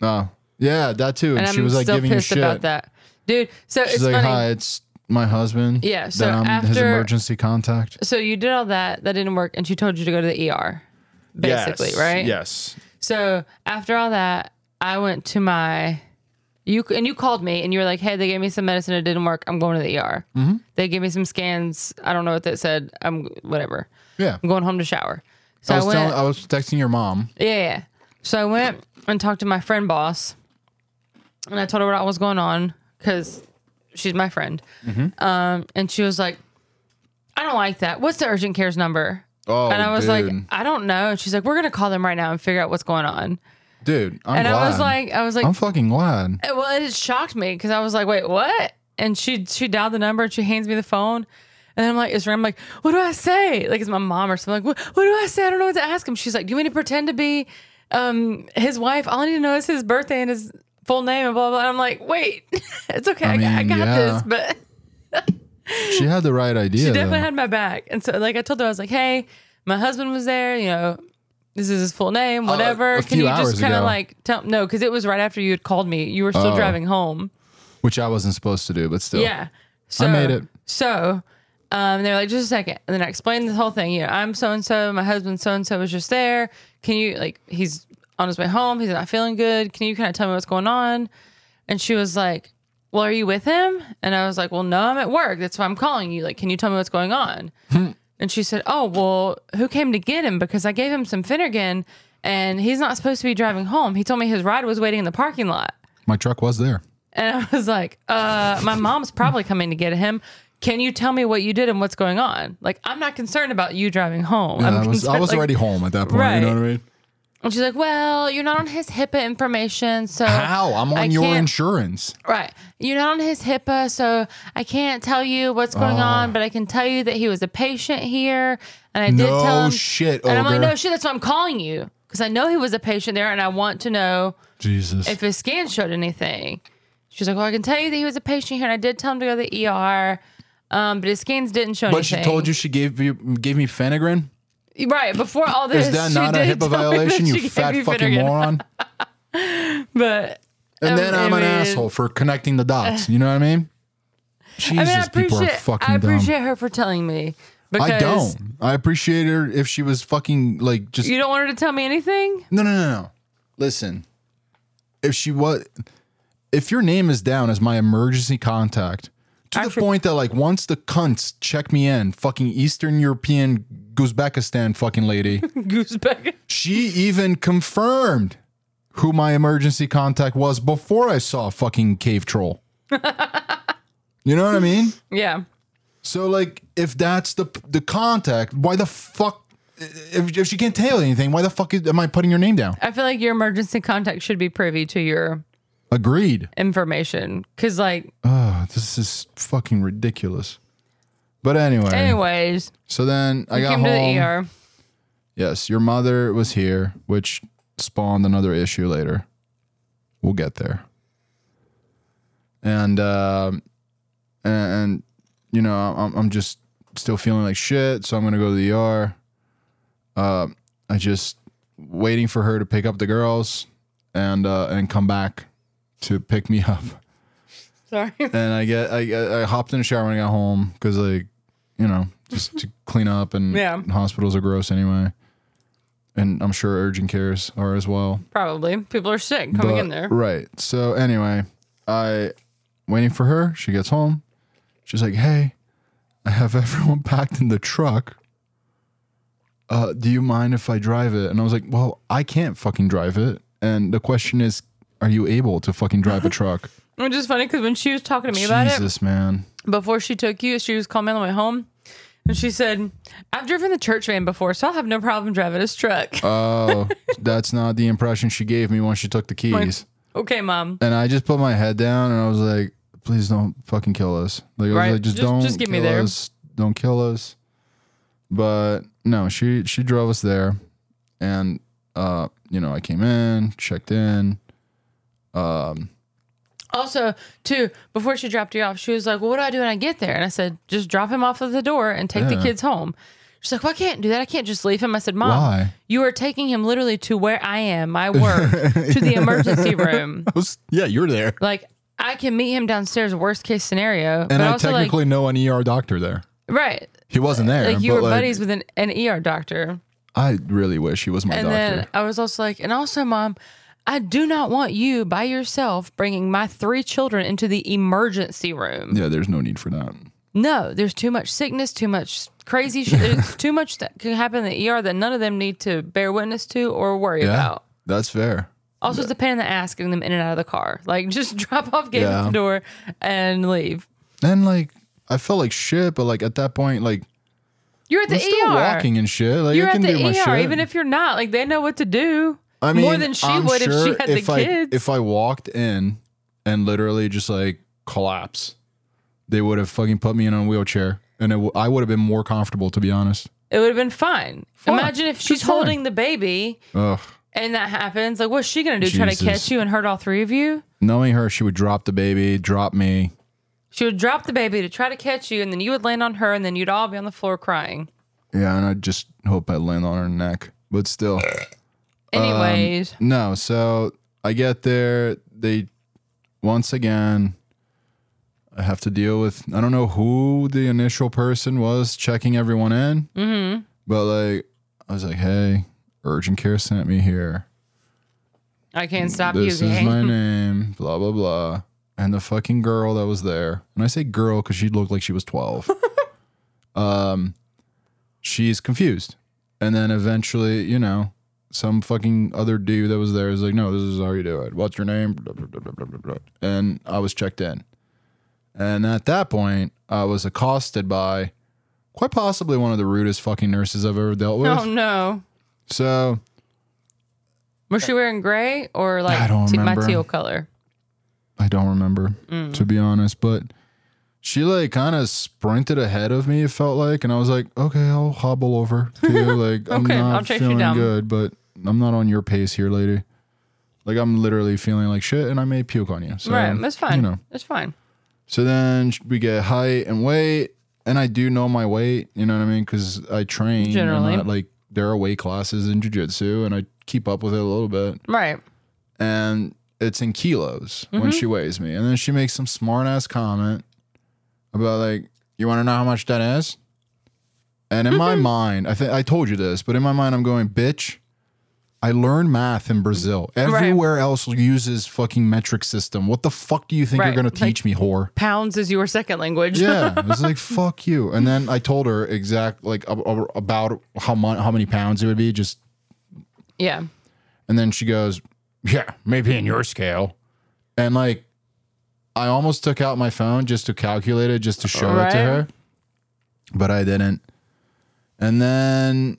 [SPEAKER 3] oh. Yeah, that too. And,
[SPEAKER 4] and
[SPEAKER 3] she
[SPEAKER 4] I'm
[SPEAKER 3] was like
[SPEAKER 4] still
[SPEAKER 3] giving you
[SPEAKER 4] pissed
[SPEAKER 3] shit.
[SPEAKER 4] about that, dude. So
[SPEAKER 3] She's
[SPEAKER 4] it's
[SPEAKER 3] like,
[SPEAKER 4] funny.
[SPEAKER 3] "Hi, it's my husband.
[SPEAKER 4] Yeah, so
[SPEAKER 3] that I'm his
[SPEAKER 4] after-
[SPEAKER 3] emergency contact.
[SPEAKER 4] So you did all that, that didn't work, and she told you to go to the ER, basically, right?
[SPEAKER 3] Yes.
[SPEAKER 4] So after all that, I went to my you and you called me and you were like, "Hey, they gave me some medicine, it didn't work. I'm going to the ER. Mm-hmm. They gave me some scans. I don't know what that said. I'm whatever.
[SPEAKER 3] Yeah.
[SPEAKER 4] I'm going home to shower." So
[SPEAKER 3] I
[SPEAKER 4] I,
[SPEAKER 3] was
[SPEAKER 4] went.
[SPEAKER 3] telling, I was texting your mom.
[SPEAKER 4] Yeah, Yeah. So I went and talked to my friend boss, and I told her what was going on because she's my friend.
[SPEAKER 3] Mm-hmm.
[SPEAKER 4] Um, and she was like, "I don't like that. What's the urgent care's number?"
[SPEAKER 3] Oh,
[SPEAKER 4] and I was like,
[SPEAKER 3] dude.
[SPEAKER 4] "I don't know." And she's like, "We're gonna call them right now and figure out what's going on."
[SPEAKER 3] dude, I'm
[SPEAKER 4] And I was
[SPEAKER 3] glad.
[SPEAKER 4] like, "I was like,
[SPEAKER 3] I'm fucking glad.
[SPEAKER 4] it- well, it shocked me because I was like, wait, what? And she she dialed the number and she hands me the phone. And I'm like, it's Ram. like, what do I say? Like, it's my mom or something. Like, what, what do I say? I don't know what to ask him. She's like, do you want me to pretend to be um, his wife? All I need to know is his birthday and his full name and blah, blah. And I'm like, wait, it's okay. I, got I
[SPEAKER 3] mean,
[SPEAKER 4] got
[SPEAKER 3] yeah.
[SPEAKER 4] this. But
[SPEAKER 3] She had the right idea.
[SPEAKER 4] she definitely
[SPEAKER 3] though.
[SPEAKER 4] had my back. And so, like, I told her, I was like, hey, my husband was there, you know, this is his full name, whatever.
[SPEAKER 3] Oh, a
[SPEAKER 4] Can
[SPEAKER 3] few
[SPEAKER 4] you
[SPEAKER 3] hours
[SPEAKER 4] just kind of
[SPEAKER 3] ago.
[SPEAKER 4] like tell? No, because it was right after you had called me. You were still
[SPEAKER 3] Oh.
[SPEAKER 4] driving home.
[SPEAKER 3] Which I wasn't supposed to do, but still.
[SPEAKER 4] Yeah. So,
[SPEAKER 3] made it.
[SPEAKER 4] So um, they're like, just a second. And then I explained the whole thing. You know, I'm so and so. My husband so and so was just there. Can you, like, he's on his way home. He's not feeling good. Can you kind of tell me what's going on? And she was like, Well, are you with him? And I was like, Well, no, I'm at work. That's why I'm calling you. Like, can you tell me what's going on? and she said, Oh, well, who came to get him? Because I gave him some Finnegan and he's not supposed to be driving home. He told me his ride was waiting in the parking lot.
[SPEAKER 3] My truck was there.
[SPEAKER 4] And I was like, uh, my mom's probably coming to get him. Can you tell me what you did and what's going on? Like, I'm not concerned about you driving home.
[SPEAKER 3] And
[SPEAKER 4] I'm
[SPEAKER 3] I was I
[SPEAKER 4] concerned,
[SPEAKER 3] was
[SPEAKER 4] like-
[SPEAKER 3] already home at that point. You know what I mean?
[SPEAKER 4] And she's like, well, you're not on his HIPAA information. So
[SPEAKER 3] How? I'm on
[SPEAKER 4] I
[SPEAKER 3] your
[SPEAKER 4] can't-
[SPEAKER 3] insurance.
[SPEAKER 4] Right. You're not on his HIPAA, so I can't tell you what's going
[SPEAKER 3] Oh.
[SPEAKER 4] on, but I can tell you that he was a patient here. And I did
[SPEAKER 3] No
[SPEAKER 4] tell him.
[SPEAKER 3] shit,
[SPEAKER 4] And I'm like,
[SPEAKER 3] Ogre.
[SPEAKER 4] no shit, that's why I'm calling you. Because I know he was a patient there, and I want to know
[SPEAKER 3] Jesus.
[SPEAKER 4] if his scan showed anything. She's like, well, I can tell you that he was a patient here, and I did tell him to go to the ER, um, but his scans didn't show
[SPEAKER 3] but
[SPEAKER 4] anything.
[SPEAKER 3] she told you she gave you gave me Fenugrin.
[SPEAKER 4] Right. Before all this,
[SPEAKER 3] Is that
[SPEAKER 4] she
[SPEAKER 3] not a
[SPEAKER 4] did
[SPEAKER 3] HIPAA
[SPEAKER 4] tell me that
[SPEAKER 3] violation?
[SPEAKER 4] she
[SPEAKER 3] You
[SPEAKER 4] gave
[SPEAKER 3] fat
[SPEAKER 4] me
[SPEAKER 3] fucking
[SPEAKER 4] Finnegan.
[SPEAKER 3] moron.
[SPEAKER 4] But
[SPEAKER 3] And
[SPEAKER 4] Um,
[SPEAKER 3] then I'm
[SPEAKER 4] I
[SPEAKER 3] an
[SPEAKER 4] mean-
[SPEAKER 3] asshole for connecting the dots. You know what I mean?
[SPEAKER 4] I
[SPEAKER 3] Jesus,
[SPEAKER 4] mean, I
[SPEAKER 3] people are
[SPEAKER 4] appreciate,
[SPEAKER 3] fucking
[SPEAKER 4] I
[SPEAKER 3] dumb.
[SPEAKER 4] appreciate her for telling me. Because
[SPEAKER 3] I don't. I appreciate her if she was fucking like just
[SPEAKER 4] You don't want her to tell me anything?
[SPEAKER 3] no, no, no, no. Listen, if she was, if your name is down as my emergency contact, to the
[SPEAKER 4] Actually-
[SPEAKER 3] point that like once the cunts check me in, fucking Eastern European Uzbekistan fucking lady,
[SPEAKER 4] Gooseback.
[SPEAKER 3] she even confirmed who my emergency contact was before I saw fucking cave troll. you know what I mean?
[SPEAKER 4] Yeah.
[SPEAKER 3] So like, if that's the the contact, why the fuck? If, if she can't tell anything, why the fuck is, am I putting your name down?
[SPEAKER 4] I feel like your emergency contact should be privy to your
[SPEAKER 3] Agreed.
[SPEAKER 4] information. Cause like
[SPEAKER 3] Oh, this is fucking ridiculous. But anyway,
[SPEAKER 4] anyways,
[SPEAKER 3] so then I
[SPEAKER 4] you
[SPEAKER 3] got
[SPEAKER 4] came
[SPEAKER 3] home.
[SPEAKER 4] to the ER.
[SPEAKER 3] Yes, your mother was here, which spawned another issue later. We'll get there. And um and, and you know, I'm I'm just still feeling like shit, so I'm gonna go to the ER. Uh, I just waiting for her to pick up the girls and uh, and come back to pick me up.
[SPEAKER 4] Sorry.
[SPEAKER 3] And I get I- I I hopped in the shower when I got home because like you know just to clean up and
[SPEAKER 4] Yeah.
[SPEAKER 3] hospitals are gross anyway, and I'm sure urgent cares are as well.
[SPEAKER 4] Probably. People are sick coming
[SPEAKER 3] But-
[SPEAKER 4] in there.
[SPEAKER 3] right? So anyway, I waiting for her. She gets home. She's like, "Hey, I have everyone packed in the truck. Uh, do you mind if I drive it?" And I was like, "Well, I can't fucking drive it." And the question is, are you able to fucking drive a truck?
[SPEAKER 4] Which is funny because when she was talking to me about it
[SPEAKER 3] Jesus, man.
[SPEAKER 4] before she took you, she was calling me on the way home. And she said, I've driven the church van before, so I'll have no problem driving his truck.
[SPEAKER 3] Oh, that's not the impression she gave me when she took the keys.
[SPEAKER 4] okay, mom.
[SPEAKER 3] and I just put my head down and I was like, please don't fucking kill us. Like, I
[SPEAKER 4] Right.
[SPEAKER 3] was like, just,
[SPEAKER 4] Just-
[SPEAKER 3] don't
[SPEAKER 4] just get me
[SPEAKER 3] kill
[SPEAKER 4] there.
[SPEAKER 3] us. Don't kill us. But no, she she drove us there and uh, you know, I came in, checked in.
[SPEAKER 4] Also, too, before she dropped you off, she was like, well, "What do I do when I get there?" And I said, "Just drop him off at the door and take
[SPEAKER 3] Yeah.
[SPEAKER 4] the kids home." She's like, "Well, I can't do that. I can't just leave him." I said, "Mom,
[SPEAKER 3] Why?
[SPEAKER 4] you are taking him literally to where I am, my work, to the emergency room.
[SPEAKER 3] I was, yeah, you're there.
[SPEAKER 4] Like, I can meet him downstairs. Worst case scenario, but
[SPEAKER 3] And I
[SPEAKER 4] also
[SPEAKER 3] technically know an ER doctor there.
[SPEAKER 4] like, right."
[SPEAKER 3] He wasn't there.
[SPEAKER 4] Like you
[SPEAKER 3] but,
[SPEAKER 4] were buddies with an, an ER doctor.
[SPEAKER 3] I really wish he was my
[SPEAKER 4] And
[SPEAKER 3] doctor.
[SPEAKER 4] then I was also like, and also, mom, I do not want you by yourself bringing my three children into the emergency room.
[SPEAKER 3] yeah, there's no need for that.
[SPEAKER 4] No, there's too much sickness, too much crazy shit. There's too much that can happen in the ER that none of them need to bear witness to or worry
[SPEAKER 3] Yeah.
[SPEAKER 4] about.
[SPEAKER 3] That's fair.
[SPEAKER 4] Also, it's a pain in the ass getting them in and out of the car. Like, just drop off, get
[SPEAKER 3] Yeah.
[SPEAKER 4] at the door, and leave.
[SPEAKER 3] And like I felt like shit, but like at that point, like
[SPEAKER 4] You're at the
[SPEAKER 3] I'm still
[SPEAKER 4] ER.
[SPEAKER 3] walking and shit. Like
[SPEAKER 4] You're
[SPEAKER 3] I
[SPEAKER 4] at
[SPEAKER 3] can
[SPEAKER 4] the
[SPEAKER 3] do my
[SPEAKER 4] ER,
[SPEAKER 3] shit.
[SPEAKER 4] even if you're not. Like, they know what to do.
[SPEAKER 3] I mean,
[SPEAKER 4] more than she
[SPEAKER 3] I'm
[SPEAKER 4] would if she
[SPEAKER 3] sure
[SPEAKER 4] had
[SPEAKER 3] if
[SPEAKER 4] the
[SPEAKER 3] I,
[SPEAKER 4] kids.
[SPEAKER 3] If I walked in and literally just like collapse, they would have fucking put me in a wheelchair, and it w- I would have been more comfortable, to be honest.
[SPEAKER 4] It would have been fine.
[SPEAKER 3] Fine.
[SPEAKER 4] Imagine if
[SPEAKER 3] Just
[SPEAKER 4] she's
[SPEAKER 3] fine.
[SPEAKER 4] holding the baby
[SPEAKER 3] Ugh.
[SPEAKER 4] and that happens. Like, what's she going to do? Try to
[SPEAKER 3] Jesus.
[SPEAKER 4] catch you and hurt all three of you?
[SPEAKER 3] Knowing her, she would drop the baby, drop me.
[SPEAKER 4] She would drop the baby to try to catch you, and then you would land on her, and then you'd all be on the floor crying.
[SPEAKER 3] Yeah, and I just hope I land on her neck. But still. Um,
[SPEAKER 4] Anyways,
[SPEAKER 3] No, so I get there. They once again, I have to deal with. I don't know who the initial person was checking everyone in, mm-hmm. but like I was like, "Hey, urgent care sent me here.
[SPEAKER 4] I can't stop
[SPEAKER 3] this
[SPEAKER 4] you.
[SPEAKER 3] is
[SPEAKER 4] gang.
[SPEAKER 3] my name. Blah blah blah." And the fucking girl that was there, and I say girl because she looked like she was twelve. um, she's confused, and then eventually, you know, some fucking other dude that was there was like, no, this is how you do it. What's your name? Blah, blah, blah, blah, blah, blah. And I was checked in. And at that point, I was accosted by quite possibly one of the rudest fucking nurses I've ever dealt with.
[SPEAKER 4] Oh no.
[SPEAKER 3] So
[SPEAKER 4] Was she wearing gray or
[SPEAKER 3] I
[SPEAKER 4] like
[SPEAKER 3] don't
[SPEAKER 4] te- my
[SPEAKER 3] remember.
[SPEAKER 4] teal color?
[SPEAKER 3] I don't remember,
[SPEAKER 4] Mm.
[SPEAKER 3] to be honest. But she like kind of sprinted ahead of me, it felt like. And I was like, okay, I'll hobble over to you. Like, I'm
[SPEAKER 4] Okay, I'll
[SPEAKER 3] not
[SPEAKER 4] chase you
[SPEAKER 3] feeling
[SPEAKER 4] down.
[SPEAKER 3] good, but I'm not on your pace here, lady. Like, I'm literally feeling like shit and I may puke on you. So,
[SPEAKER 4] right. That's fine.
[SPEAKER 3] You know.
[SPEAKER 4] That's fine.
[SPEAKER 3] So then we get height and weight. And I do know my weight, you know what I mean? Because I train. and
[SPEAKER 4] Generally.
[SPEAKER 3] I, like, there are weight classes in jujitsu and I keep up with it a little bit
[SPEAKER 4] Right.
[SPEAKER 3] and it's in kilos when
[SPEAKER 4] Mm-hmm.
[SPEAKER 3] she weighs me. And then she makes some smart ass comment about like, you want to know how much that is? And in
[SPEAKER 4] Mm-hmm.
[SPEAKER 3] my mind, I think I told you this, but in my mind, I'm going, bitch. I learned math in Brazil. Everywhere else uses fucking metric system. What the fuck do you think
[SPEAKER 4] Right,
[SPEAKER 3] you're gonna
[SPEAKER 4] like-
[SPEAKER 3] teach me, whore?
[SPEAKER 4] Pounds is your second language.
[SPEAKER 3] Yeah, I was like, "Fuck you!" And then I told her exact like ab- ab- about how much, how many pounds it would be, just
[SPEAKER 4] yeah.
[SPEAKER 3] and then she goes, Yeah, maybe in your scale. And like, I almost took out my phone just to calculate it, just to show it
[SPEAKER 4] Right.
[SPEAKER 3] to her, but I didn't. And then.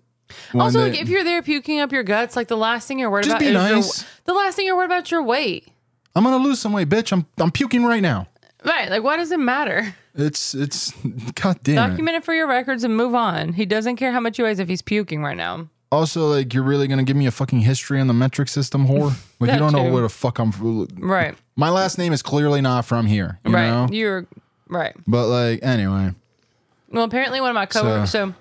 [SPEAKER 3] when
[SPEAKER 4] Also, like
[SPEAKER 3] they-
[SPEAKER 4] if you're there puking up your guts, like the last thing you're worried
[SPEAKER 3] Just
[SPEAKER 4] about
[SPEAKER 3] be
[SPEAKER 4] is your-
[SPEAKER 3] nice.
[SPEAKER 4] the last thing you're worried about is your weight.
[SPEAKER 3] I'm going to lose some weight, bitch. I'm, I'm puking right now.
[SPEAKER 4] Right. Like why does it matter?
[SPEAKER 3] It's, it's, god damn it.
[SPEAKER 4] Document it for your records and move on. He doesn't care how much he weighs if he's puking right now.
[SPEAKER 3] Also, like, you're really going to give me a fucking history on the metric system, whore? Like,
[SPEAKER 4] That
[SPEAKER 3] you don't know
[SPEAKER 4] too.
[SPEAKER 3] where the fuck I'm from.
[SPEAKER 4] Right.
[SPEAKER 3] My last name is clearly not from here, you
[SPEAKER 4] right.
[SPEAKER 3] know?
[SPEAKER 4] You're right.
[SPEAKER 3] But, like, anyway.
[SPEAKER 4] Well, apparently one of my coworkers. so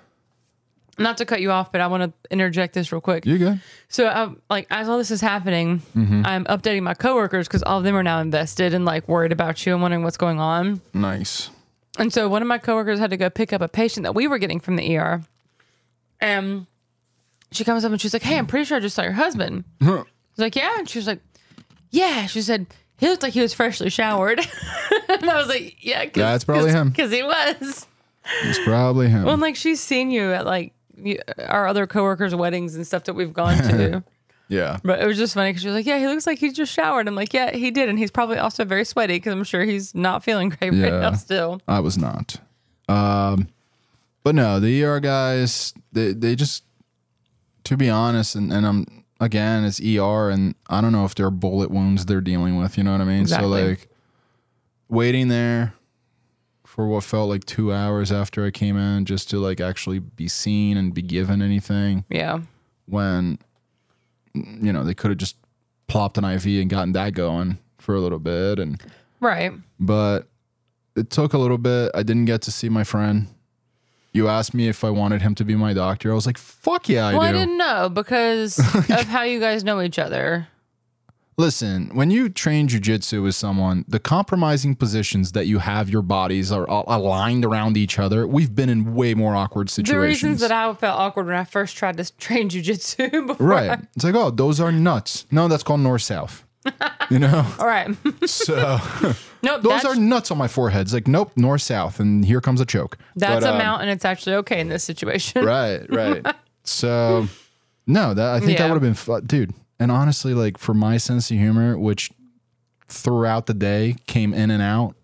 [SPEAKER 4] not to cut you off, but I want to interject this real quick.
[SPEAKER 3] You Mm-hmm. good?
[SPEAKER 4] So, I'm, like, as all this is happening, I'm updating my coworkers because all of them are now invested and like worried about you and wondering what's going on.
[SPEAKER 3] Nice.
[SPEAKER 4] And so, one of my coworkers had to go pick up a patient that we were getting from the ER. And she comes up and she's like, "Hey, I'm pretty sure I just saw your husband." I was like, "Yeah," and she was like, "Yeah." She said, "He looked like he was freshly showered," and I was like, "Yeah, cause,
[SPEAKER 3] That's probably him. Hmm.
[SPEAKER 4] because he was."
[SPEAKER 3] It's probably him.
[SPEAKER 4] And like she's seen you at like you- our other coworkers' weddings and stuff that we've gone to.
[SPEAKER 3] yeah.
[SPEAKER 4] But it was just funny because she was like, "Yeah, he looks like he just showered." I'm like, "Yeah, he did," and he's probably also very sweaty because I'm sure he's not feeling great right
[SPEAKER 3] Yeah.
[SPEAKER 4] now still.
[SPEAKER 3] I was not. Um, but no, the ER guys, they, they just, to be honest, and, and I'm, again, it's ER, and I don't know if they're bullet wounds they're dealing with. You know what I mean?
[SPEAKER 4] Exactly.
[SPEAKER 3] So, like, waiting there for what felt like two hours after I came in just to, like, actually be seen and be given anything
[SPEAKER 4] Yeah,
[SPEAKER 3] when, you know, they could have just plopped an IV and gotten that going for a little bit. And,
[SPEAKER 4] right.
[SPEAKER 3] but it took a little bit. I didn't get to see my friend. You asked me if I wanted him to be my doctor. I was like, fuck yeah, I
[SPEAKER 4] well, I
[SPEAKER 3] do.
[SPEAKER 4] didn't know because of how you guys know each other.
[SPEAKER 3] Listen, when you train jujitsu with someone, the compromising positions that you have your bodies are all aligned around each other. We've been in way more awkward
[SPEAKER 4] The
[SPEAKER 3] situations.
[SPEAKER 4] reasons that I felt awkward when I first tried to train jujitsu before.
[SPEAKER 3] right. It's like, oh, those are nuts. No, that's called north south. You know?
[SPEAKER 4] All right.
[SPEAKER 3] So
[SPEAKER 4] nope.
[SPEAKER 3] those
[SPEAKER 4] that's,
[SPEAKER 3] are nuts on my forehead. It's like, nope, north south. And here comes a choke. But,
[SPEAKER 4] that's a
[SPEAKER 3] um,
[SPEAKER 4] mountain. It's actually okay in this situation.
[SPEAKER 3] right right so no that i think
[SPEAKER 4] Yeah.
[SPEAKER 3] that would have been fun dude and honestly like for my sense of humor which throughout the day came in and out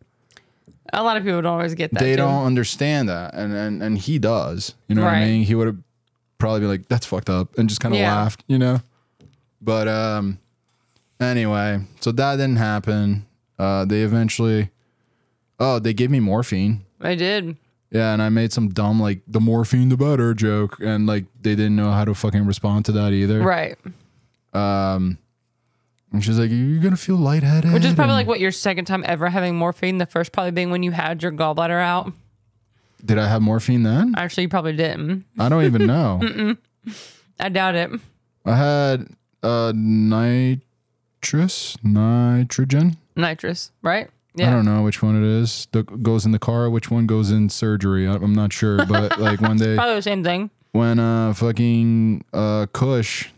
[SPEAKER 4] A lot of people don't always get that.
[SPEAKER 3] they
[SPEAKER 4] too.
[SPEAKER 3] don't understand that and and, and he does you know what
[SPEAKER 4] Right.
[SPEAKER 3] i mean he would have probably been like that's fucked up and just kind of
[SPEAKER 4] Yeah.
[SPEAKER 3] laughed you know but um anyway so that didn't happen uh they eventually oh they gave me morphine
[SPEAKER 4] I did.
[SPEAKER 3] yeah, and I made some dumb like the morphine the better joke, and like they didn't know how to fucking respond to that either.
[SPEAKER 4] Right.
[SPEAKER 3] And she's like, "You're gonna feel lightheaded,"
[SPEAKER 4] Which is probably
[SPEAKER 3] and-
[SPEAKER 4] like what your second time ever having morphine. The first probably being when you had your gallbladder out.
[SPEAKER 3] "Did I have morphine then?
[SPEAKER 4] Actually, you probably didn't.
[SPEAKER 3] I don't even know.
[SPEAKER 4] I doubt it.
[SPEAKER 3] I had uh nitrous, nitrogen.
[SPEAKER 4] Nitrous, right? Yeah.
[SPEAKER 3] I don't know which one it is. The, goes in the car. Which one goes in surgery? I, I'm not sure. But like one day
[SPEAKER 4] Probably the same thing.
[SPEAKER 3] when uh fucking uh Kush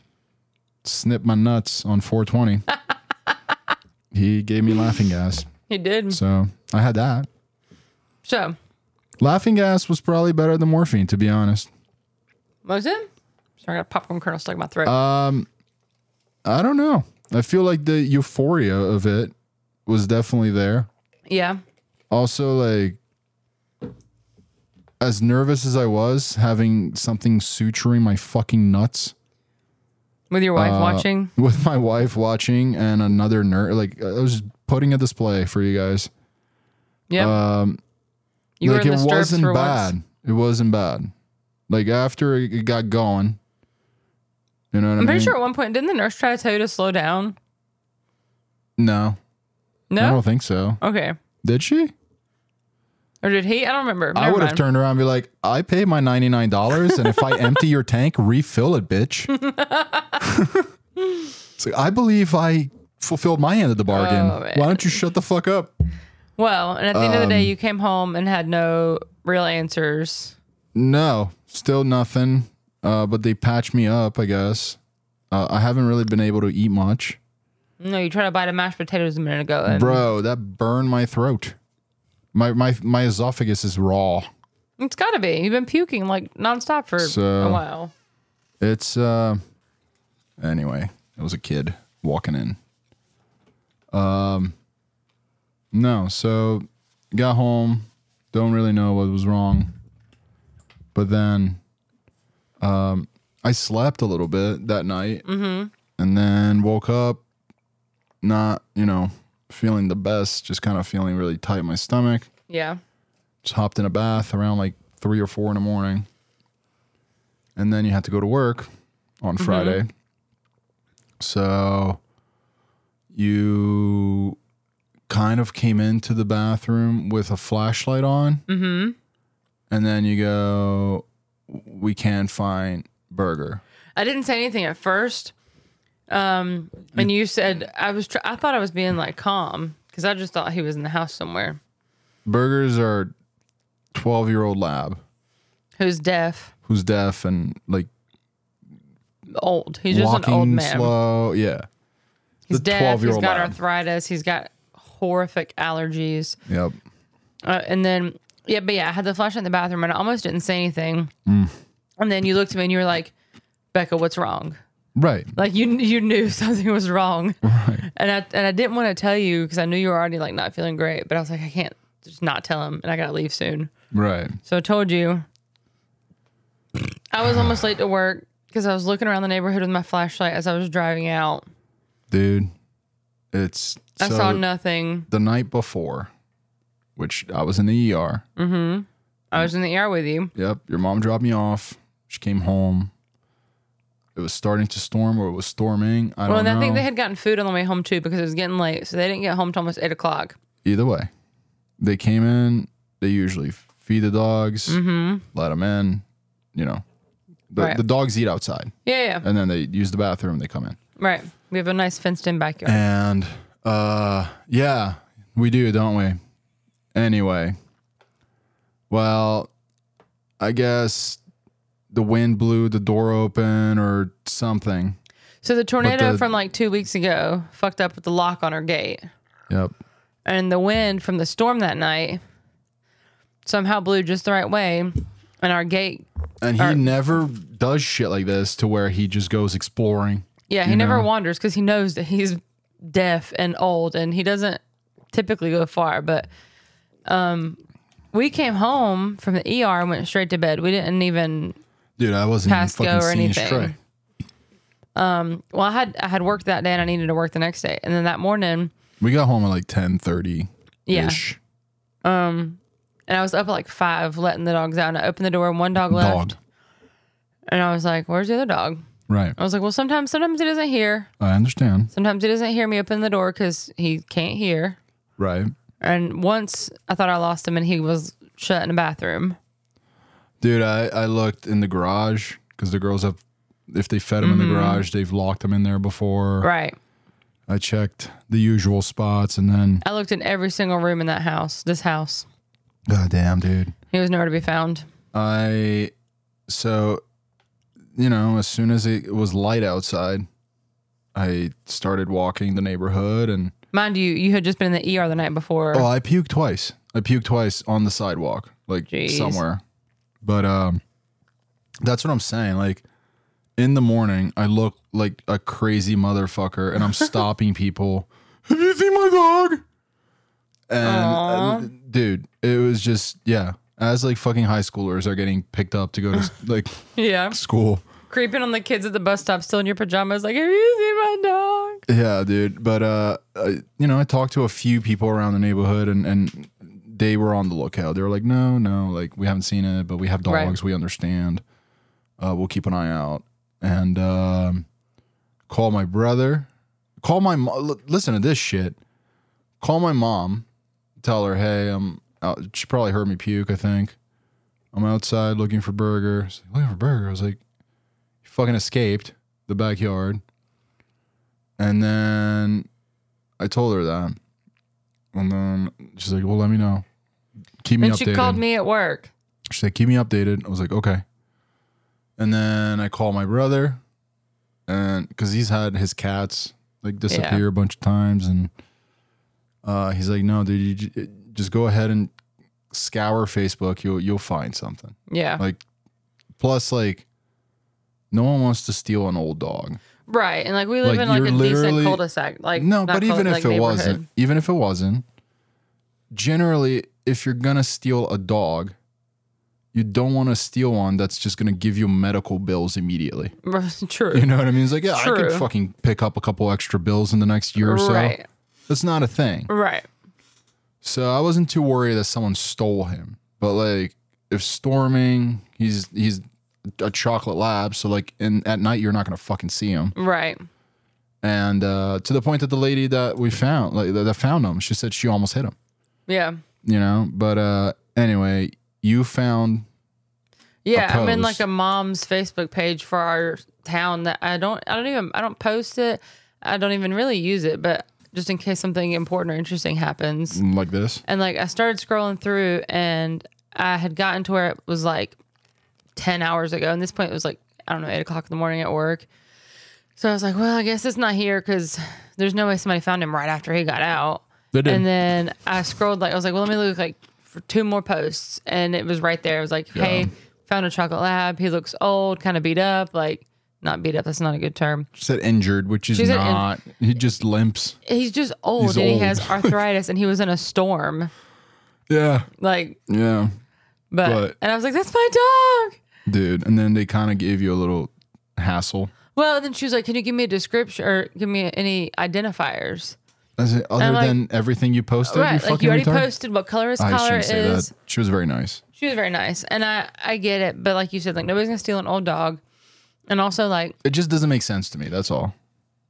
[SPEAKER 3] snipped my nuts on 420, he gave me laughing gas.
[SPEAKER 4] He did.
[SPEAKER 3] So I had that.
[SPEAKER 4] So,
[SPEAKER 3] Laughing gas was probably better than morphine, to be honest.
[SPEAKER 4] was it? Sorry, I got a popcorn kernel stuck in my throat.
[SPEAKER 3] Uh, Um, I don't know. I feel like the euphoria of it was definitely there.
[SPEAKER 4] yeah.
[SPEAKER 3] also like as nervous as I was having something suturing my fucking nuts
[SPEAKER 4] With your
[SPEAKER 3] uh,
[SPEAKER 4] wife watching.
[SPEAKER 3] with my wife watching and another nerd like I was putting a display for you guys.
[SPEAKER 4] Yeah. you
[SPEAKER 3] Um, like
[SPEAKER 4] were in
[SPEAKER 3] it
[SPEAKER 4] the stirrups
[SPEAKER 3] wasn't
[SPEAKER 4] for
[SPEAKER 3] bad.
[SPEAKER 4] once.
[SPEAKER 3] It wasn't bad. Like after it it got going. You know what I mean?
[SPEAKER 4] I'm pretty sure at one point didn't the nurse try to tell you to slow down?
[SPEAKER 3] No, I
[SPEAKER 4] No.
[SPEAKER 3] don't think so.
[SPEAKER 4] Okay.
[SPEAKER 3] Did she?
[SPEAKER 4] Or did he? I don't remember.
[SPEAKER 3] I
[SPEAKER 4] Never
[SPEAKER 3] would have
[SPEAKER 4] mind.
[SPEAKER 3] turned around and be like, I paid my $99, and if I empty your tank, refill it, bitch. so I believe I fulfilled my end of the bargain.
[SPEAKER 4] Oh, man.
[SPEAKER 3] Why don't you shut the fuck up?
[SPEAKER 4] Well, and at the end of the
[SPEAKER 3] Um,
[SPEAKER 4] day, you came home and had no real answers.
[SPEAKER 3] No, still nothing. Uh, but they patched me up, I guess. Uh, I haven't really been able to eat much.
[SPEAKER 4] No, you tried to bite a mashed potatoes a minute ago. And
[SPEAKER 3] Bro, that burned my throat. My, my, my esophagus is raw.
[SPEAKER 4] It's got to be. You've been puking like nonstop for
[SPEAKER 3] So-
[SPEAKER 4] a while.
[SPEAKER 3] It's uh anyway, it was a kid walking in. Um no, so got home, don't really know what was wrong. But then um I slept a little bit that night. Mm-hmm. And then woke up not, you know, feeling the best, just kind of feeling really tight in my stomach
[SPEAKER 4] Yeah.
[SPEAKER 3] just hopped in a bath around like three or four in the morning. And then you had to go to work on
[SPEAKER 4] Mm-hmm.
[SPEAKER 3] Friday. So you kind of came into the bathroom with a flashlight on. Mm-hmm. And then you go, we can't find burger.
[SPEAKER 4] I didn't say anything at first. Um, and you said I was. Tr- I thought I was being like calm because I just thought he was in the house somewhere.
[SPEAKER 3] Burgers are 12 year old lab
[SPEAKER 4] Who's deaf?
[SPEAKER 3] who's deaf and like
[SPEAKER 4] Old. He's just
[SPEAKER 3] walking
[SPEAKER 4] an old man.
[SPEAKER 3] slow. Yeah.
[SPEAKER 4] He's
[SPEAKER 3] the
[SPEAKER 4] deaf. He's
[SPEAKER 3] 12-year-old
[SPEAKER 4] got
[SPEAKER 3] lad.
[SPEAKER 4] arthritis. He's got horrific allergies.
[SPEAKER 3] Yep.
[SPEAKER 4] Uh, and then, yeah, but yeah, I had the flashlight in the bathroom and I almost didn't say anything.
[SPEAKER 3] Mm.
[SPEAKER 4] And then you looked at me and you were like, Becca, what's wrong?
[SPEAKER 3] Right.
[SPEAKER 4] Like you you knew something was wrong. And I and I didn't want to tell you because I knew you were already like not feeling great. But I was like, I can't just not tell him, and I gotta leave soon.
[SPEAKER 3] Right.
[SPEAKER 4] So I told you. I was almost late to work because I was looking around the neighborhood with my flashlight as I was driving out.
[SPEAKER 3] dude. It's
[SPEAKER 4] I
[SPEAKER 3] so
[SPEAKER 4] saw nothing.
[SPEAKER 3] the night before, which I was in the ER.
[SPEAKER 4] Mm. I was in the ER with you.
[SPEAKER 3] Yep, your mom dropped me off. She came home. It was starting to storm, or it was storming. I
[SPEAKER 4] Well,
[SPEAKER 3] don't
[SPEAKER 4] and
[SPEAKER 3] know.
[SPEAKER 4] I think they had gotten food on the way home too because it was getting late, so they didn't get home till almost eight o'clock.
[SPEAKER 3] Either way, they came in. They usually feed the dogs, let them in. You know, the,
[SPEAKER 4] Mm-hmm. Right.
[SPEAKER 3] the dogs eat outside,
[SPEAKER 4] Yeah, yeah,
[SPEAKER 3] and then they use the bathroom. They come in.
[SPEAKER 4] right. We have a nice fenced-in backyard.
[SPEAKER 3] And uh yeah, we do, don't we? Anyway. Well, I guess the wind blew the door open or something.
[SPEAKER 4] So the tornado
[SPEAKER 3] the-
[SPEAKER 4] from like two weeks ago fucked up with the lock on our gate.
[SPEAKER 3] Yep.
[SPEAKER 4] and the wind from the storm that night somehow blew just the right way and our gate
[SPEAKER 3] And he never does shit like this to where he just goes exploring.
[SPEAKER 4] yeah he never wanders because he knows that he's deaf and old and he doesn't typically go far but um we came home from the ER and went straight to bed. We didn't even
[SPEAKER 3] Dude, I wasn't even
[SPEAKER 4] Pasco
[SPEAKER 3] fucking
[SPEAKER 4] or
[SPEAKER 3] seeing
[SPEAKER 4] anything.
[SPEAKER 3] straight.
[SPEAKER 4] well I had I had worked that day and I needed to work the next day. And then that morning
[SPEAKER 3] We got home at like ten thirty.
[SPEAKER 4] Yeah.
[SPEAKER 3] ish.
[SPEAKER 4] and I was up at like five letting the dogs out and I opened the door and one dog left.
[SPEAKER 3] Dog.
[SPEAKER 4] And I was like, Where's the other dog?
[SPEAKER 3] Right.
[SPEAKER 4] I was like, Well sometimes sometimes it isn't here.
[SPEAKER 3] I understand.
[SPEAKER 4] Sometimes he doesn't hear me open the door because he can't hear.
[SPEAKER 3] Right.
[SPEAKER 4] And once I thought I lost him and he was shut in the bathroom.
[SPEAKER 3] Dude, I, I looked in the garage because the girls have, if they fed them in the garage, they've locked them in there before.
[SPEAKER 4] Right.
[SPEAKER 3] I checked the usual spots and then,
[SPEAKER 4] I looked in every single room in that house, this house.
[SPEAKER 3] god damn, dude.
[SPEAKER 4] He was nowhere to be found.
[SPEAKER 3] I, so, you know, as soon as it was light outside, I started walking the neighborhood and,
[SPEAKER 4] Mind you, you had just been in the ER the night before.
[SPEAKER 3] oh, I puked twice. I puked twice on the sidewalk, like
[SPEAKER 4] Jeez.
[SPEAKER 3] somewhere. But um, that's what I'm saying. Like, in the morning, I look like a crazy motherfucker and I'm stopping people. Have you seen my dog? And uh, dude, it was just yeah. As like fucking high schoolers are getting picked up to go to like
[SPEAKER 4] Yeah.
[SPEAKER 3] school.
[SPEAKER 4] Creeping on the kids at the bus stop, still in your pajamas, like, have you seen my dog?
[SPEAKER 3] Yeah, dude. But uh, I, you know, I talked to a few people around the neighborhood, and and they were on the lookout. They were like, "No, no, like we haven't seen it, but we have dogs.
[SPEAKER 4] Right.
[SPEAKER 3] We understand. Uh, we'll keep an eye out." And um, call my brother. Call my mom. Listen to this shit. Call my mom. Tell her, hey, I'm. Out. She probably heard me puke. I think. I'm outside looking for burger. She's like, looking for burger. I was like, you fucking escaped the backyard. And then I told her that. And then she's like, well, let me know. Keep me
[SPEAKER 4] And
[SPEAKER 3] updated.
[SPEAKER 4] she called me at work.
[SPEAKER 3] She said, keep me updated. I was like, okay. And then I call my brother, and because he's had his cats like disappear a bunch of times, and uh, he's like, no, dude, you j- just go ahead and scour Facebook. You'll you'll find something.
[SPEAKER 4] Yeah.
[SPEAKER 3] Like, plus, like, no one wants to steal an old dog.
[SPEAKER 4] right. And like, we live
[SPEAKER 3] like,
[SPEAKER 4] in like
[SPEAKER 3] you're
[SPEAKER 4] a
[SPEAKER 3] literally-
[SPEAKER 4] decent cul de sac. Like,
[SPEAKER 3] no,
[SPEAKER 4] not
[SPEAKER 3] but even
[SPEAKER 4] cul-
[SPEAKER 3] if
[SPEAKER 4] like,
[SPEAKER 3] it
[SPEAKER 4] neighborhood.
[SPEAKER 3] wasn't, even if it wasn't, generally, if you're gonna steal a dog, you don't want to steal one that's just gonna give you medical bills immediately.
[SPEAKER 4] True.
[SPEAKER 3] You know what I mean? It's like, yeah, I could
[SPEAKER 4] True.
[SPEAKER 3] fucking pick up a couple extra bills in the next year or so.
[SPEAKER 4] Right.
[SPEAKER 3] That's not a thing.
[SPEAKER 4] Right.
[SPEAKER 3] So I wasn't too worried that someone stole him. But like, if storming, he's he's a chocolate lab, so like, in at night you're not gonna fucking see him.
[SPEAKER 4] Right.
[SPEAKER 3] and uh, to the point that the lady that we found, like that that found him, she said she almost hit him.
[SPEAKER 4] Yeah.
[SPEAKER 3] You know, but uh, anyway, you found
[SPEAKER 4] Yeah, I'm in
[SPEAKER 3] post.
[SPEAKER 4] like a mom's Facebook page for our town that I don't I don't even I don't post it. I don't even really use it, but just in case something important or interesting happens.
[SPEAKER 3] like this.
[SPEAKER 4] And like I started scrolling through and I had gotten to where it was like ten hours ago. And this point it was like, I don't know, eight o'clock in the morning at work. So I was like, well, I guess it's not here because there's no way somebody found him right after he got out.
[SPEAKER 3] They did.
[SPEAKER 4] And then I scrolled like I was like, well, let me look like for two more posts, and it was right there. It was like, hey, found a chocolate lab. He looks old, kind of beat up, like not beat up. That's not a good term.
[SPEAKER 3] She said injured, which is
[SPEAKER 4] She said in-
[SPEAKER 3] not. he just limps.
[SPEAKER 4] He's just old,
[SPEAKER 3] He's
[SPEAKER 4] and he
[SPEAKER 3] old.
[SPEAKER 4] has arthritis, and he was in a storm.
[SPEAKER 3] Yeah,
[SPEAKER 4] Like,
[SPEAKER 3] yeah,
[SPEAKER 4] but,
[SPEAKER 3] But-
[SPEAKER 4] and I was like, that's my dog.
[SPEAKER 3] dude. And then they kind of gave you a little hassle.
[SPEAKER 4] Well, and then she was like, can you give me a description or give me any identifiers?
[SPEAKER 3] I said, Other
[SPEAKER 4] like-
[SPEAKER 3] than everything you posted, you
[SPEAKER 4] right, like
[SPEAKER 3] fucking
[SPEAKER 4] you already
[SPEAKER 3] retard.
[SPEAKER 4] posted what color his
[SPEAKER 3] I
[SPEAKER 4] collar
[SPEAKER 3] shouldn't
[SPEAKER 4] is.
[SPEAKER 3] say that. She was very nice.
[SPEAKER 4] She was very nice, and I I get it, but like you said, like nobody's gonna steal an old dog, and also like
[SPEAKER 3] It just doesn't make sense to me. That's all.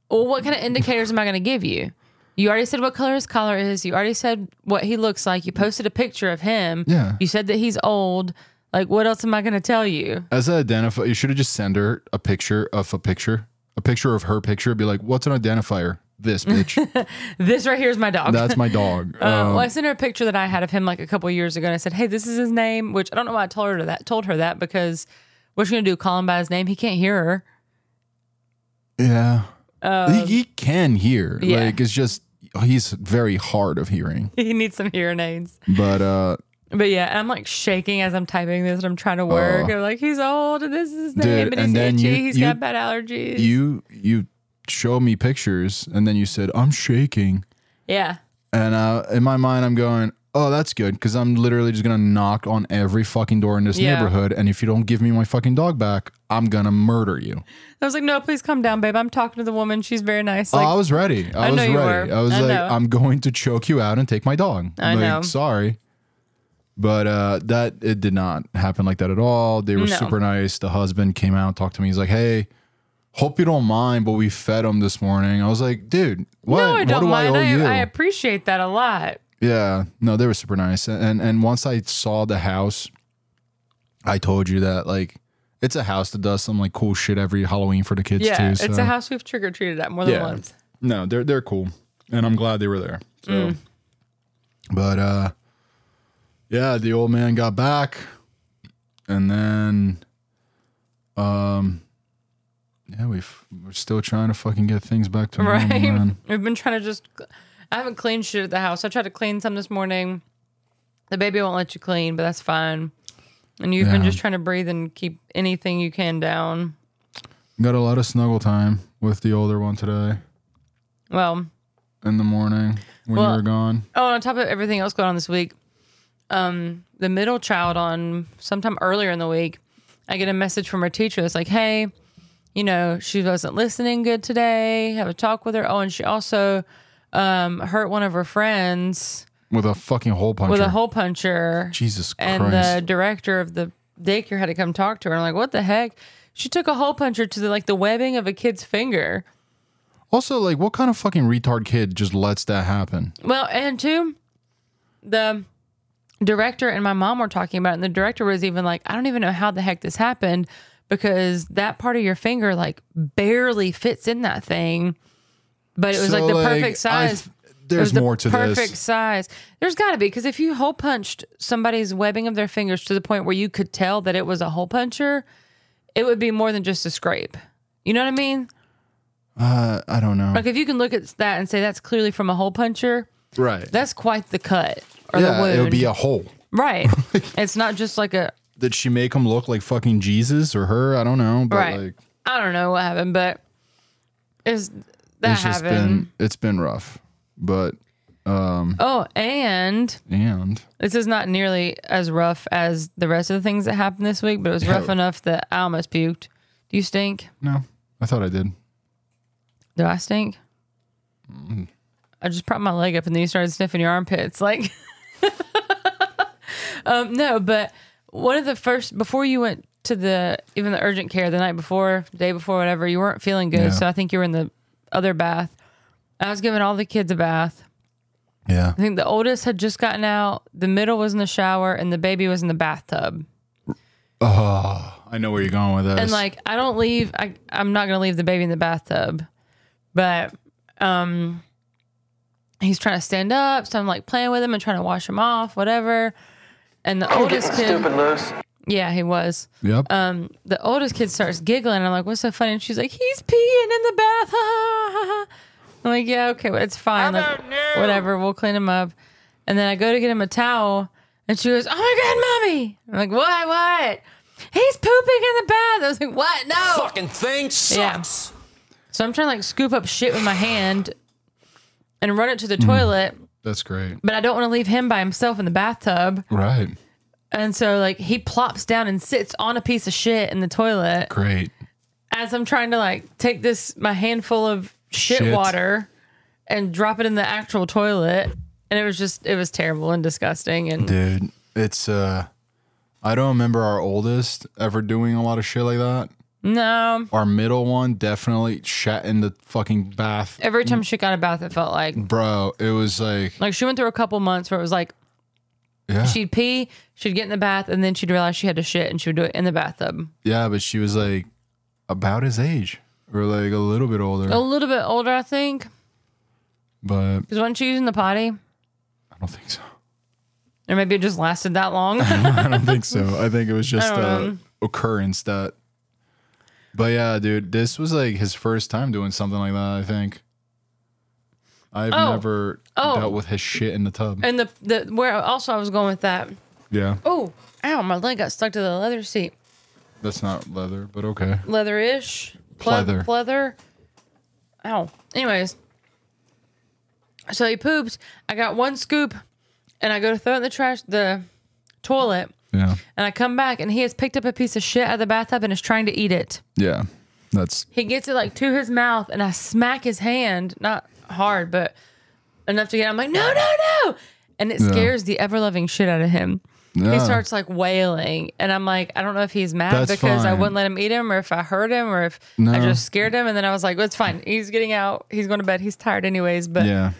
[SPEAKER 4] well, what kind of indicators am I going to give you? You already said what color his collar is. You already said what he looks like. You posted a picture of him.
[SPEAKER 3] Yeah.
[SPEAKER 4] You said that he's old. Like, what else am I going to tell you?
[SPEAKER 3] As an identifier, you should have just sent her a picture of a picture, a picture of her picture. Be like, what's an identifier? This bitch.
[SPEAKER 4] This right here is my dog.
[SPEAKER 3] That's my dog.
[SPEAKER 4] Uh,
[SPEAKER 3] Um,
[SPEAKER 4] well, I sent her a picture that I had of him like a couple years ago, and I said, "Hey, this is his name." Which I don't know why I told her that. Told her that because what's she gonna do? Call him by his name? He can't hear her.
[SPEAKER 3] yeah. he, he can hear.
[SPEAKER 4] Um, yeah.
[SPEAKER 3] Like it's just he's very hard of hearing.
[SPEAKER 4] He needs some hearing aids.
[SPEAKER 3] But uh
[SPEAKER 4] But yeah, and I'm like shaking as I'm typing this, and I'm trying to work.
[SPEAKER 3] Oh.
[SPEAKER 4] I'm like, he's old, and this is his
[SPEAKER 3] Dude,
[SPEAKER 4] name, and,
[SPEAKER 3] and
[SPEAKER 4] he's
[SPEAKER 3] then
[SPEAKER 4] itchy.
[SPEAKER 3] you-
[SPEAKER 4] he's
[SPEAKER 3] you-
[SPEAKER 4] got bad allergies.
[SPEAKER 3] you you show me pictures and then you said I'm shaking
[SPEAKER 4] yeah.
[SPEAKER 3] and uh in my mind I'm going Oh, that's good because I'm literally just gonna knock on every fucking door in this
[SPEAKER 4] Yeah.
[SPEAKER 3] neighborhood, and if you don't give me my fucking dog back, I'm gonna murder you.
[SPEAKER 4] I was like, no, please come down, babe. I'm talking to the woman. She's very nice. Like,
[SPEAKER 3] oh, I was ready. I,
[SPEAKER 4] I
[SPEAKER 3] was
[SPEAKER 4] know you
[SPEAKER 3] ready.
[SPEAKER 4] were.
[SPEAKER 3] I was
[SPEAKER 4] I
[SPEAKER 3] like,
[SPEAKER 4] know.
[SPEAKER 3] I'm going to choke you out and take my dog.
[SPEAKER 4] I
[SPEAKER 3] Like,
[SPEAKER 4] know.
[SPEAKER 3] Sorry. But uh, that it did not happen like that at all. They were
[SPEAKER 4] No.
[SPEAKER 3] super nice. The husband came out, talked to me. He's like, "Hey, hope you don't mind, but we fed him this morning." I was like, "Dude, what?
[SPEAKER 4] no, I
[SPEAKER 3] what
[SPEAKER 4] don't
[SPEAKER 3] do
[SPEAKER 4] mind.
[SPEAKER 3] I owe you?"
[SPEAKER 4] I, appreciate that a lot.
[SPEAKER 3] yeah, no, they were super nice. And and once I saw the house, I told you that like it's a house that does some like cool shit every Halloween for the kids
[SPEAKER 4] yeah,
[SPEAKER 3] too.
[SPEAKER 4] it's
[SPEAKER 3] So.
[SPEAKER 4] a house we've trick or treated at more than once.
[SPEAKER 3] No, they're they're cool, and I'm glad they were there. So,
[SPEAKER 4] Mm.
[SPEAKER 3] but uh, yeah, the old man got back, and then, um, yeah, we f- we're still trying to fucking get things back to normal.
[SPEAKER 4] Right?
[SPEAKER 3] Oh, Man.
[SPEAKER 4] We've been trying to just. I haven't cleaned shit at the house. I tried to clean some this morning. The baby won't let you clean, but that's fine. And you've been
[SPEAKER 3] Yeah.
[SPEAKER 4] just trying to breathe and keep anything you can down.
[SPEAKER 3] Got a lot of snuggle time with the older one today
[SPEAKER 4] Well,
[SPEAKER 3] in the morning when
[SPEAKER 4] Well-
[SPEAKER 3] you were gone.
[SPEAKER 4] oh, on top of everything else going on this week, um, the middle child on sometime earlier in the week, I get a message from her teacher that's like, "Hey, you know, she wasn't listening good today. Have a talk with her." Oh, and she also um, hurt one of her friends
[SPEAKER 3] With a fucking hole puncher.
[SPEAKER 4] with a hole puncher.
[SPEAKER 3] Jesus
[SPEAKER 4] and
[SPEAKER 3] Christ.
[SPEAKER 4] the director of the daycare had to come talk to her. I'm like, what the heck? She took a hole puncher to the like the webbing of a kid's finger.
[SPEAKER 3] also, like, what kind of fucking retard kid just lets that happen?
[SPEAKER 4] Well, and two, the director and my mom were talking about it, and the director was even like, I don't even know how the heck this happened because that part of your finger like barely fits in that thing. But it was like the perfect size. It was
[SPEAKER 3] there's
[SPEAKER 4] the
[SPEAKER 3] more to
[SPEAKER 4] perfect
[SPEAKER 3] this.
[SPEAKER 4] size. There's got to be because if you hole punched somebody's webbing of their fingers to the point where you could tell that it was a hole puncher, it would be more than just a scrape. You know what I mean?
[SPEAKER 3] Uh, I don't know.
[SPEAKER 4] Like if you can look at that and say that's clearly from a hole puncher,
[SPEAKER 3] right.
[SPEAKER 4] that's quite the cut or the
[SPEAKER 3] yeah,
[SPEAKER 4] wound.
[SPEAKER 3] it would be a hole.
[SPEAKER 4] right. it's not just like a
[SPEAKER 3] Did she make him look like fucking Jesus or her? I don't know. But
[SPEAKER 4] right.
[SPEAKER 3] like,
[SPEAKER 4] I don't know what happened, but is that
[SPEAKER 3] it's just
[SPEAKER 4] happened?
[SPEAKER 3] been it's been rough. But
[SPEAKER 4] Oh, and
[SPEAKER 3] and
[SPEAKER 4] This is not nearly as rough as the rest of the things that happened this week, but it was rough
[SPEAKER 3] Yeah.
[SPEAKER 4] enough that I almost puked. Do you stink?
[SPEAKER 3] no, I thought I did.
[SPEAKER 4] Do I stink? I just propped my leg up and then you started sniffing your armpits. Like, um, no, but one of the first, before you went to the, even the urgent care the night before, the day before, whatever, you weren't feeling good.
[SPEAKER 3] Yeah.
[SPEAKER 4] So I think you were in the other bath. I was giving all the kids a bath.
[SPEAKER 3] Yeah.
[SPEAKER 4] I think the oldest had just gotten out, the middle was in the shower, and the baby was in the bathtub.
[SPEAKER 3] Oh, I know where you're going with this.
[SPEAKER 4] and like I don't leave. I I'm not gonna leave the baby in the bathtub, but um, he's trying to stand up, so I'm like playing with him and trying to wash him off, whatever. And the oldest kid,
[SPEAKER 1] loose.
[SPEAKER 4] yeah, he was.
[SPEAKER 3] yep.
[SPEAKER 4] Um, the oldest kid starts giggling. and I'm like, "What's so funny?" And she's like, "He's peeing in the bath." ha, ha, ha, ha." I'm like, "Yeah, okay, well, it's fine. Like, whatever, we'll clean him up." And then I go to get him a towel, and she goes, "Oh my god, mommy!" I'm like, "What? What?" He's pooping in the bath. I was like, "What? No!"
[SPEAKER 1] Fucking thing sucks.
[SPEAKER 4] So I'm trying to like scoop up shit with my hand and run it to the toilet,
[SPEAKER 3] That's great.
[SPEAKER 4] but I don't want to leave him by himself in the bathtub.
[SPEAKER 3] Right.
[SPEAKER 4] And so like he plops down and sits on a piece of shit in the toilet
[SPEAKER 3] Great.
[SPEAKER 4] as I'm trying to like take this my handful of shit,
[SPEAKER 3] Shit.
[SPEAKER 4] water and drop it in the actual toilet. And it was just it was terrible and disgusting and
[SPEAKER 3] Dude, it's uh I don't remember our oldest ever doing a lot of shit like that.
[SPEAKER 4] no.
[SPEAKER 3] Our middle one definitely shat in the fucking bath.
[SPEAKER 4] Every time she got a bath, it felt like
[SPEAKER 3] Bro, it was like
[SPEAKER 4] like she went through a couple months where it was like
[SPEAKER 3] yeah.
[SPEAKER 4] she'd pee, she'd get in the bath, and then she'd realize she had to shit and she would do it in the bathtub.
[SPEAKER 3] yeah, but she was like about his age or like a little bit older.
[SPEAKER 4] A little bit older, I think.
[SPEAKER 3] But
[SPEAKER 4] Because wasn't she using the potty?
[SPEAKER 3] I don't think so.
[SPEAKER 4] Or maybe it just lasted that long.
[SPEAKER 3] I don't think so. I think it was just a occurrence that. But yeah, dude, this was like his first time doing something like that. I think. I've
[SPEAKER 4] Oh.
[SPEAKER 3] never
[SPEAKER 4] Oh. Eh.
[SPEAKER 3] dealt with his shit in the tub.
[SPEAKER 4] and the the where also I was going with that.
[SPEAKER 3] yeah,
[SPEAKER 4] Oh, ow, my leg got stuck to the leather seat.
[SPEAKER 3] that's not leather, but okay.
[SPEAKER 4] Leatherish.
[SPEAKER 3] Pleather.
[SPEAKER 4] Pleather. Ow. Anyways. So he pooped. I got one scoop and I go to throw it in the trash the toilet.
[SPEAKER 3] Yeah,
[SPEAKER 4] And I come back and he has picked up a piece of shit out of the bathtub and is trying to eat it.
[SPEAKER 3] yeah, that's
[SPEAKER 4] he gets it like to his mouth and I smack his hand, not hard, but enough to get I'm like, no, no, no. And it scares the ever loving shit out of him.
[SPEAKER 3] yeah.
[SPEAKER 4] He starts like wailing. And I'm like, I don't know if he's mad
[SPEAKER 3] That's
[SPEAKER 4] because I
[SPEAKER 3] fine.
[SPEAKER 4] wouldn't let him eat him or if I hurt him or if I
[SPEAKER 3] No.
[SPEAKER 4] just scared him. And then I was like, well, it's fine. He's getting out. He's going to bed. He's tired anyways. But
[SPEAKER 3] Yeah,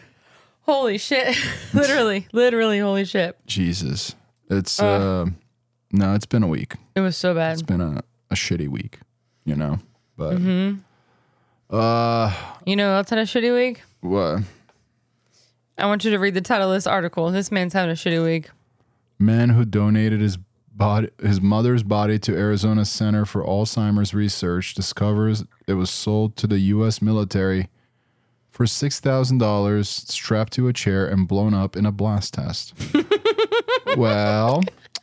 [SPEAKER 4] holy shit. literally, literally, holy shit.
[SPEAKER 3] Jesus, it's uh, no, it's been a week.
[SPEAKER 4] It was so bad.
[SPEAKER 3] It's been a, a shitty week, you know. But uh,
[SPEAKER 4] You know, else had a shitty week.
[SPEAKER 3] what
[SPEAKER 4] I want you to read the title of this article. This man's having a shitty week.
[SPEAKER 3] man who donated his body, his mother's body to Arizona Center for Alzheimer's Research discovers it was sold to the U.S. military for six thousand dollars, strapped to a chair and blown up in a blast test. well,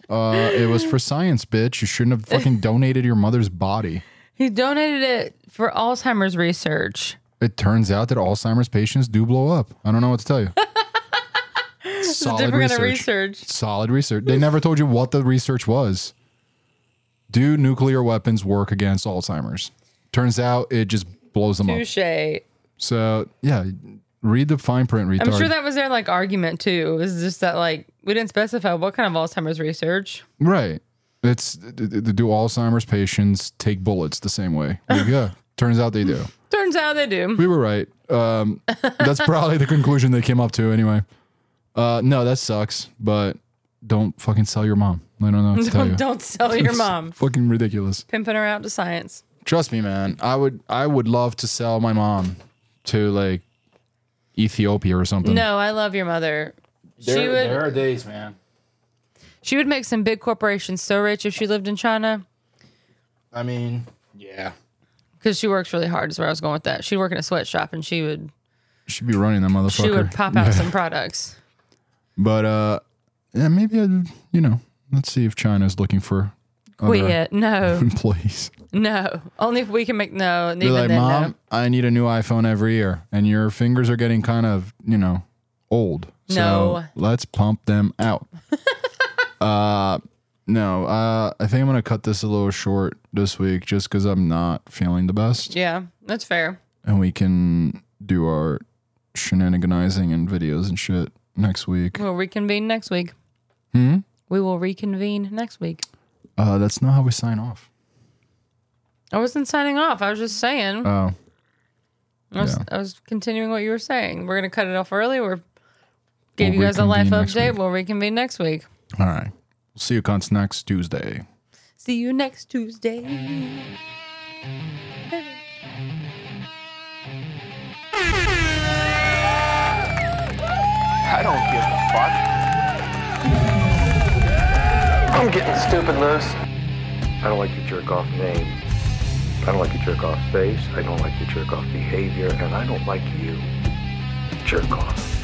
[SPEAKER 3] uh, it was for science, bitch. You shouldn't have fucking donated your mother's body.
[SPEAKER 4] He donated it for Alzheimer's research.
[SPEAKER 3] It turns out that Alzheimer's patients do blow up. I don't know what to tell you. Solid
[SPEAKER 4] Different
[SPEAKER 3] research.
[SPEAKER 4] kind of research.
[SPEAKER 3] Solid research. They never told you what the research was. Do nuclear weapons work against Alzheimer's? Turns out it just blows them up.
[SPEAKER 4] Touche.
[SPEAKER 3] So yeah, read the fine print. Retard.
[SPEAKER 4] I'm sure that was their like argument too. It was just that like we didn't specify what kind of Alzheimer's research.
[SPEAKER 3] Right. It's th- th- th- do Alzheimer's patients take bullets the same way? Like, yeah. Turns out they do.
[SPEAKER 4] Turns out they do.
[SPEAKER 3] We were right. Um, that's probably the conclusion they came up to anyway. Uh, no, that sucks. But don't fucking sell your mom. I don't know what to tell you.
[SPEAKER 4] Don't, don't sell your
[SPEAKER 3] It's
[SPEAKER 4] mom.
[SPEAKER 3] Fucking ridiculous.
[SPEAKER 4] Pimping her out to science.
[SPEAKER 3] Trust me, man. I would. I would love to sell my mom to like Ethiopia or something.
[SPEAKER 4] No, I love your mother. she would
[SPEAKER 3] are days, man.
[SPEAKER 4] she would make some big corporations so rich if she lived in China
[SPEAKER 3] I mean, yeah.
[SPEAKER 4] because she works really hard. Is where I was going with that. She'd work in a sweatshop and she would
[SPEAKER 3] Should be running that motherfucker.
[SPEAKER 4] she would pop out
[SPEAKER 3] Yeah.
[SPEAKER 4] some products.
[SPEAKER 3] But uh, yeah, maybe I, you know, let's see if China's looking for other
[SPEAKER 4] Quit. uh, No,
[SPEAKER 3] employees.
[SPEAKER 4] no. Only if we can make no. Even
[SPEAKER 3] Be like,
[SPEAKER 4] then,
[SPEAKER 3] mom,
[SPEAKER 4] no.
[SPEAKER 3] I need a new iPhone every year, and your fingers are getting kind of, you know, old. So
[SPEAKER 4] No.
[SPEAKER 3] let's pump them out. uh, no, uh, I think I'm gonna cut this a little short this week, just because I'm not feeling the best,
[SPEAKER 4] Yeah, that's fair.
[SPEAKER 3] and we can do our shenaniganizing and videos and shit next week.
[SPEAKER 4] We'll reconvene next week.
[SPEAKER 3] Hmm?
[SPEAKER 4] We will reconvene next week.
[SPEAKER 3] Uh, that's not how we sign off.
[SPEAKER 4] I wasn't signing off. I was just saying.
[SPEAKER 3] Oh.
[SPEAKER 4] I, was,
[SPEAKER 3] yeah.
[SPEAKER 4] I was continuing what you were saying. We're gonna cut it off early. We're gave you guys a life
[SPEAKER 3] reconvene next
[SPEAKER 4] update.
[SPEAKER 3] week.
[SPEAKER 4] We'll reconvene next week.
[SPEAKER 3] All right. See you cunts next Tuesday.
[SPEAKER 4] See you next Tuesday.
[SPEAKER 5] I don't give a fuck. I'm getting stupid loose.
[SPEAKER 2] I don't like your jerk off name. I don't like your jerk off face. I don't like your jerk off behavior. And I don't like you. Jerk off.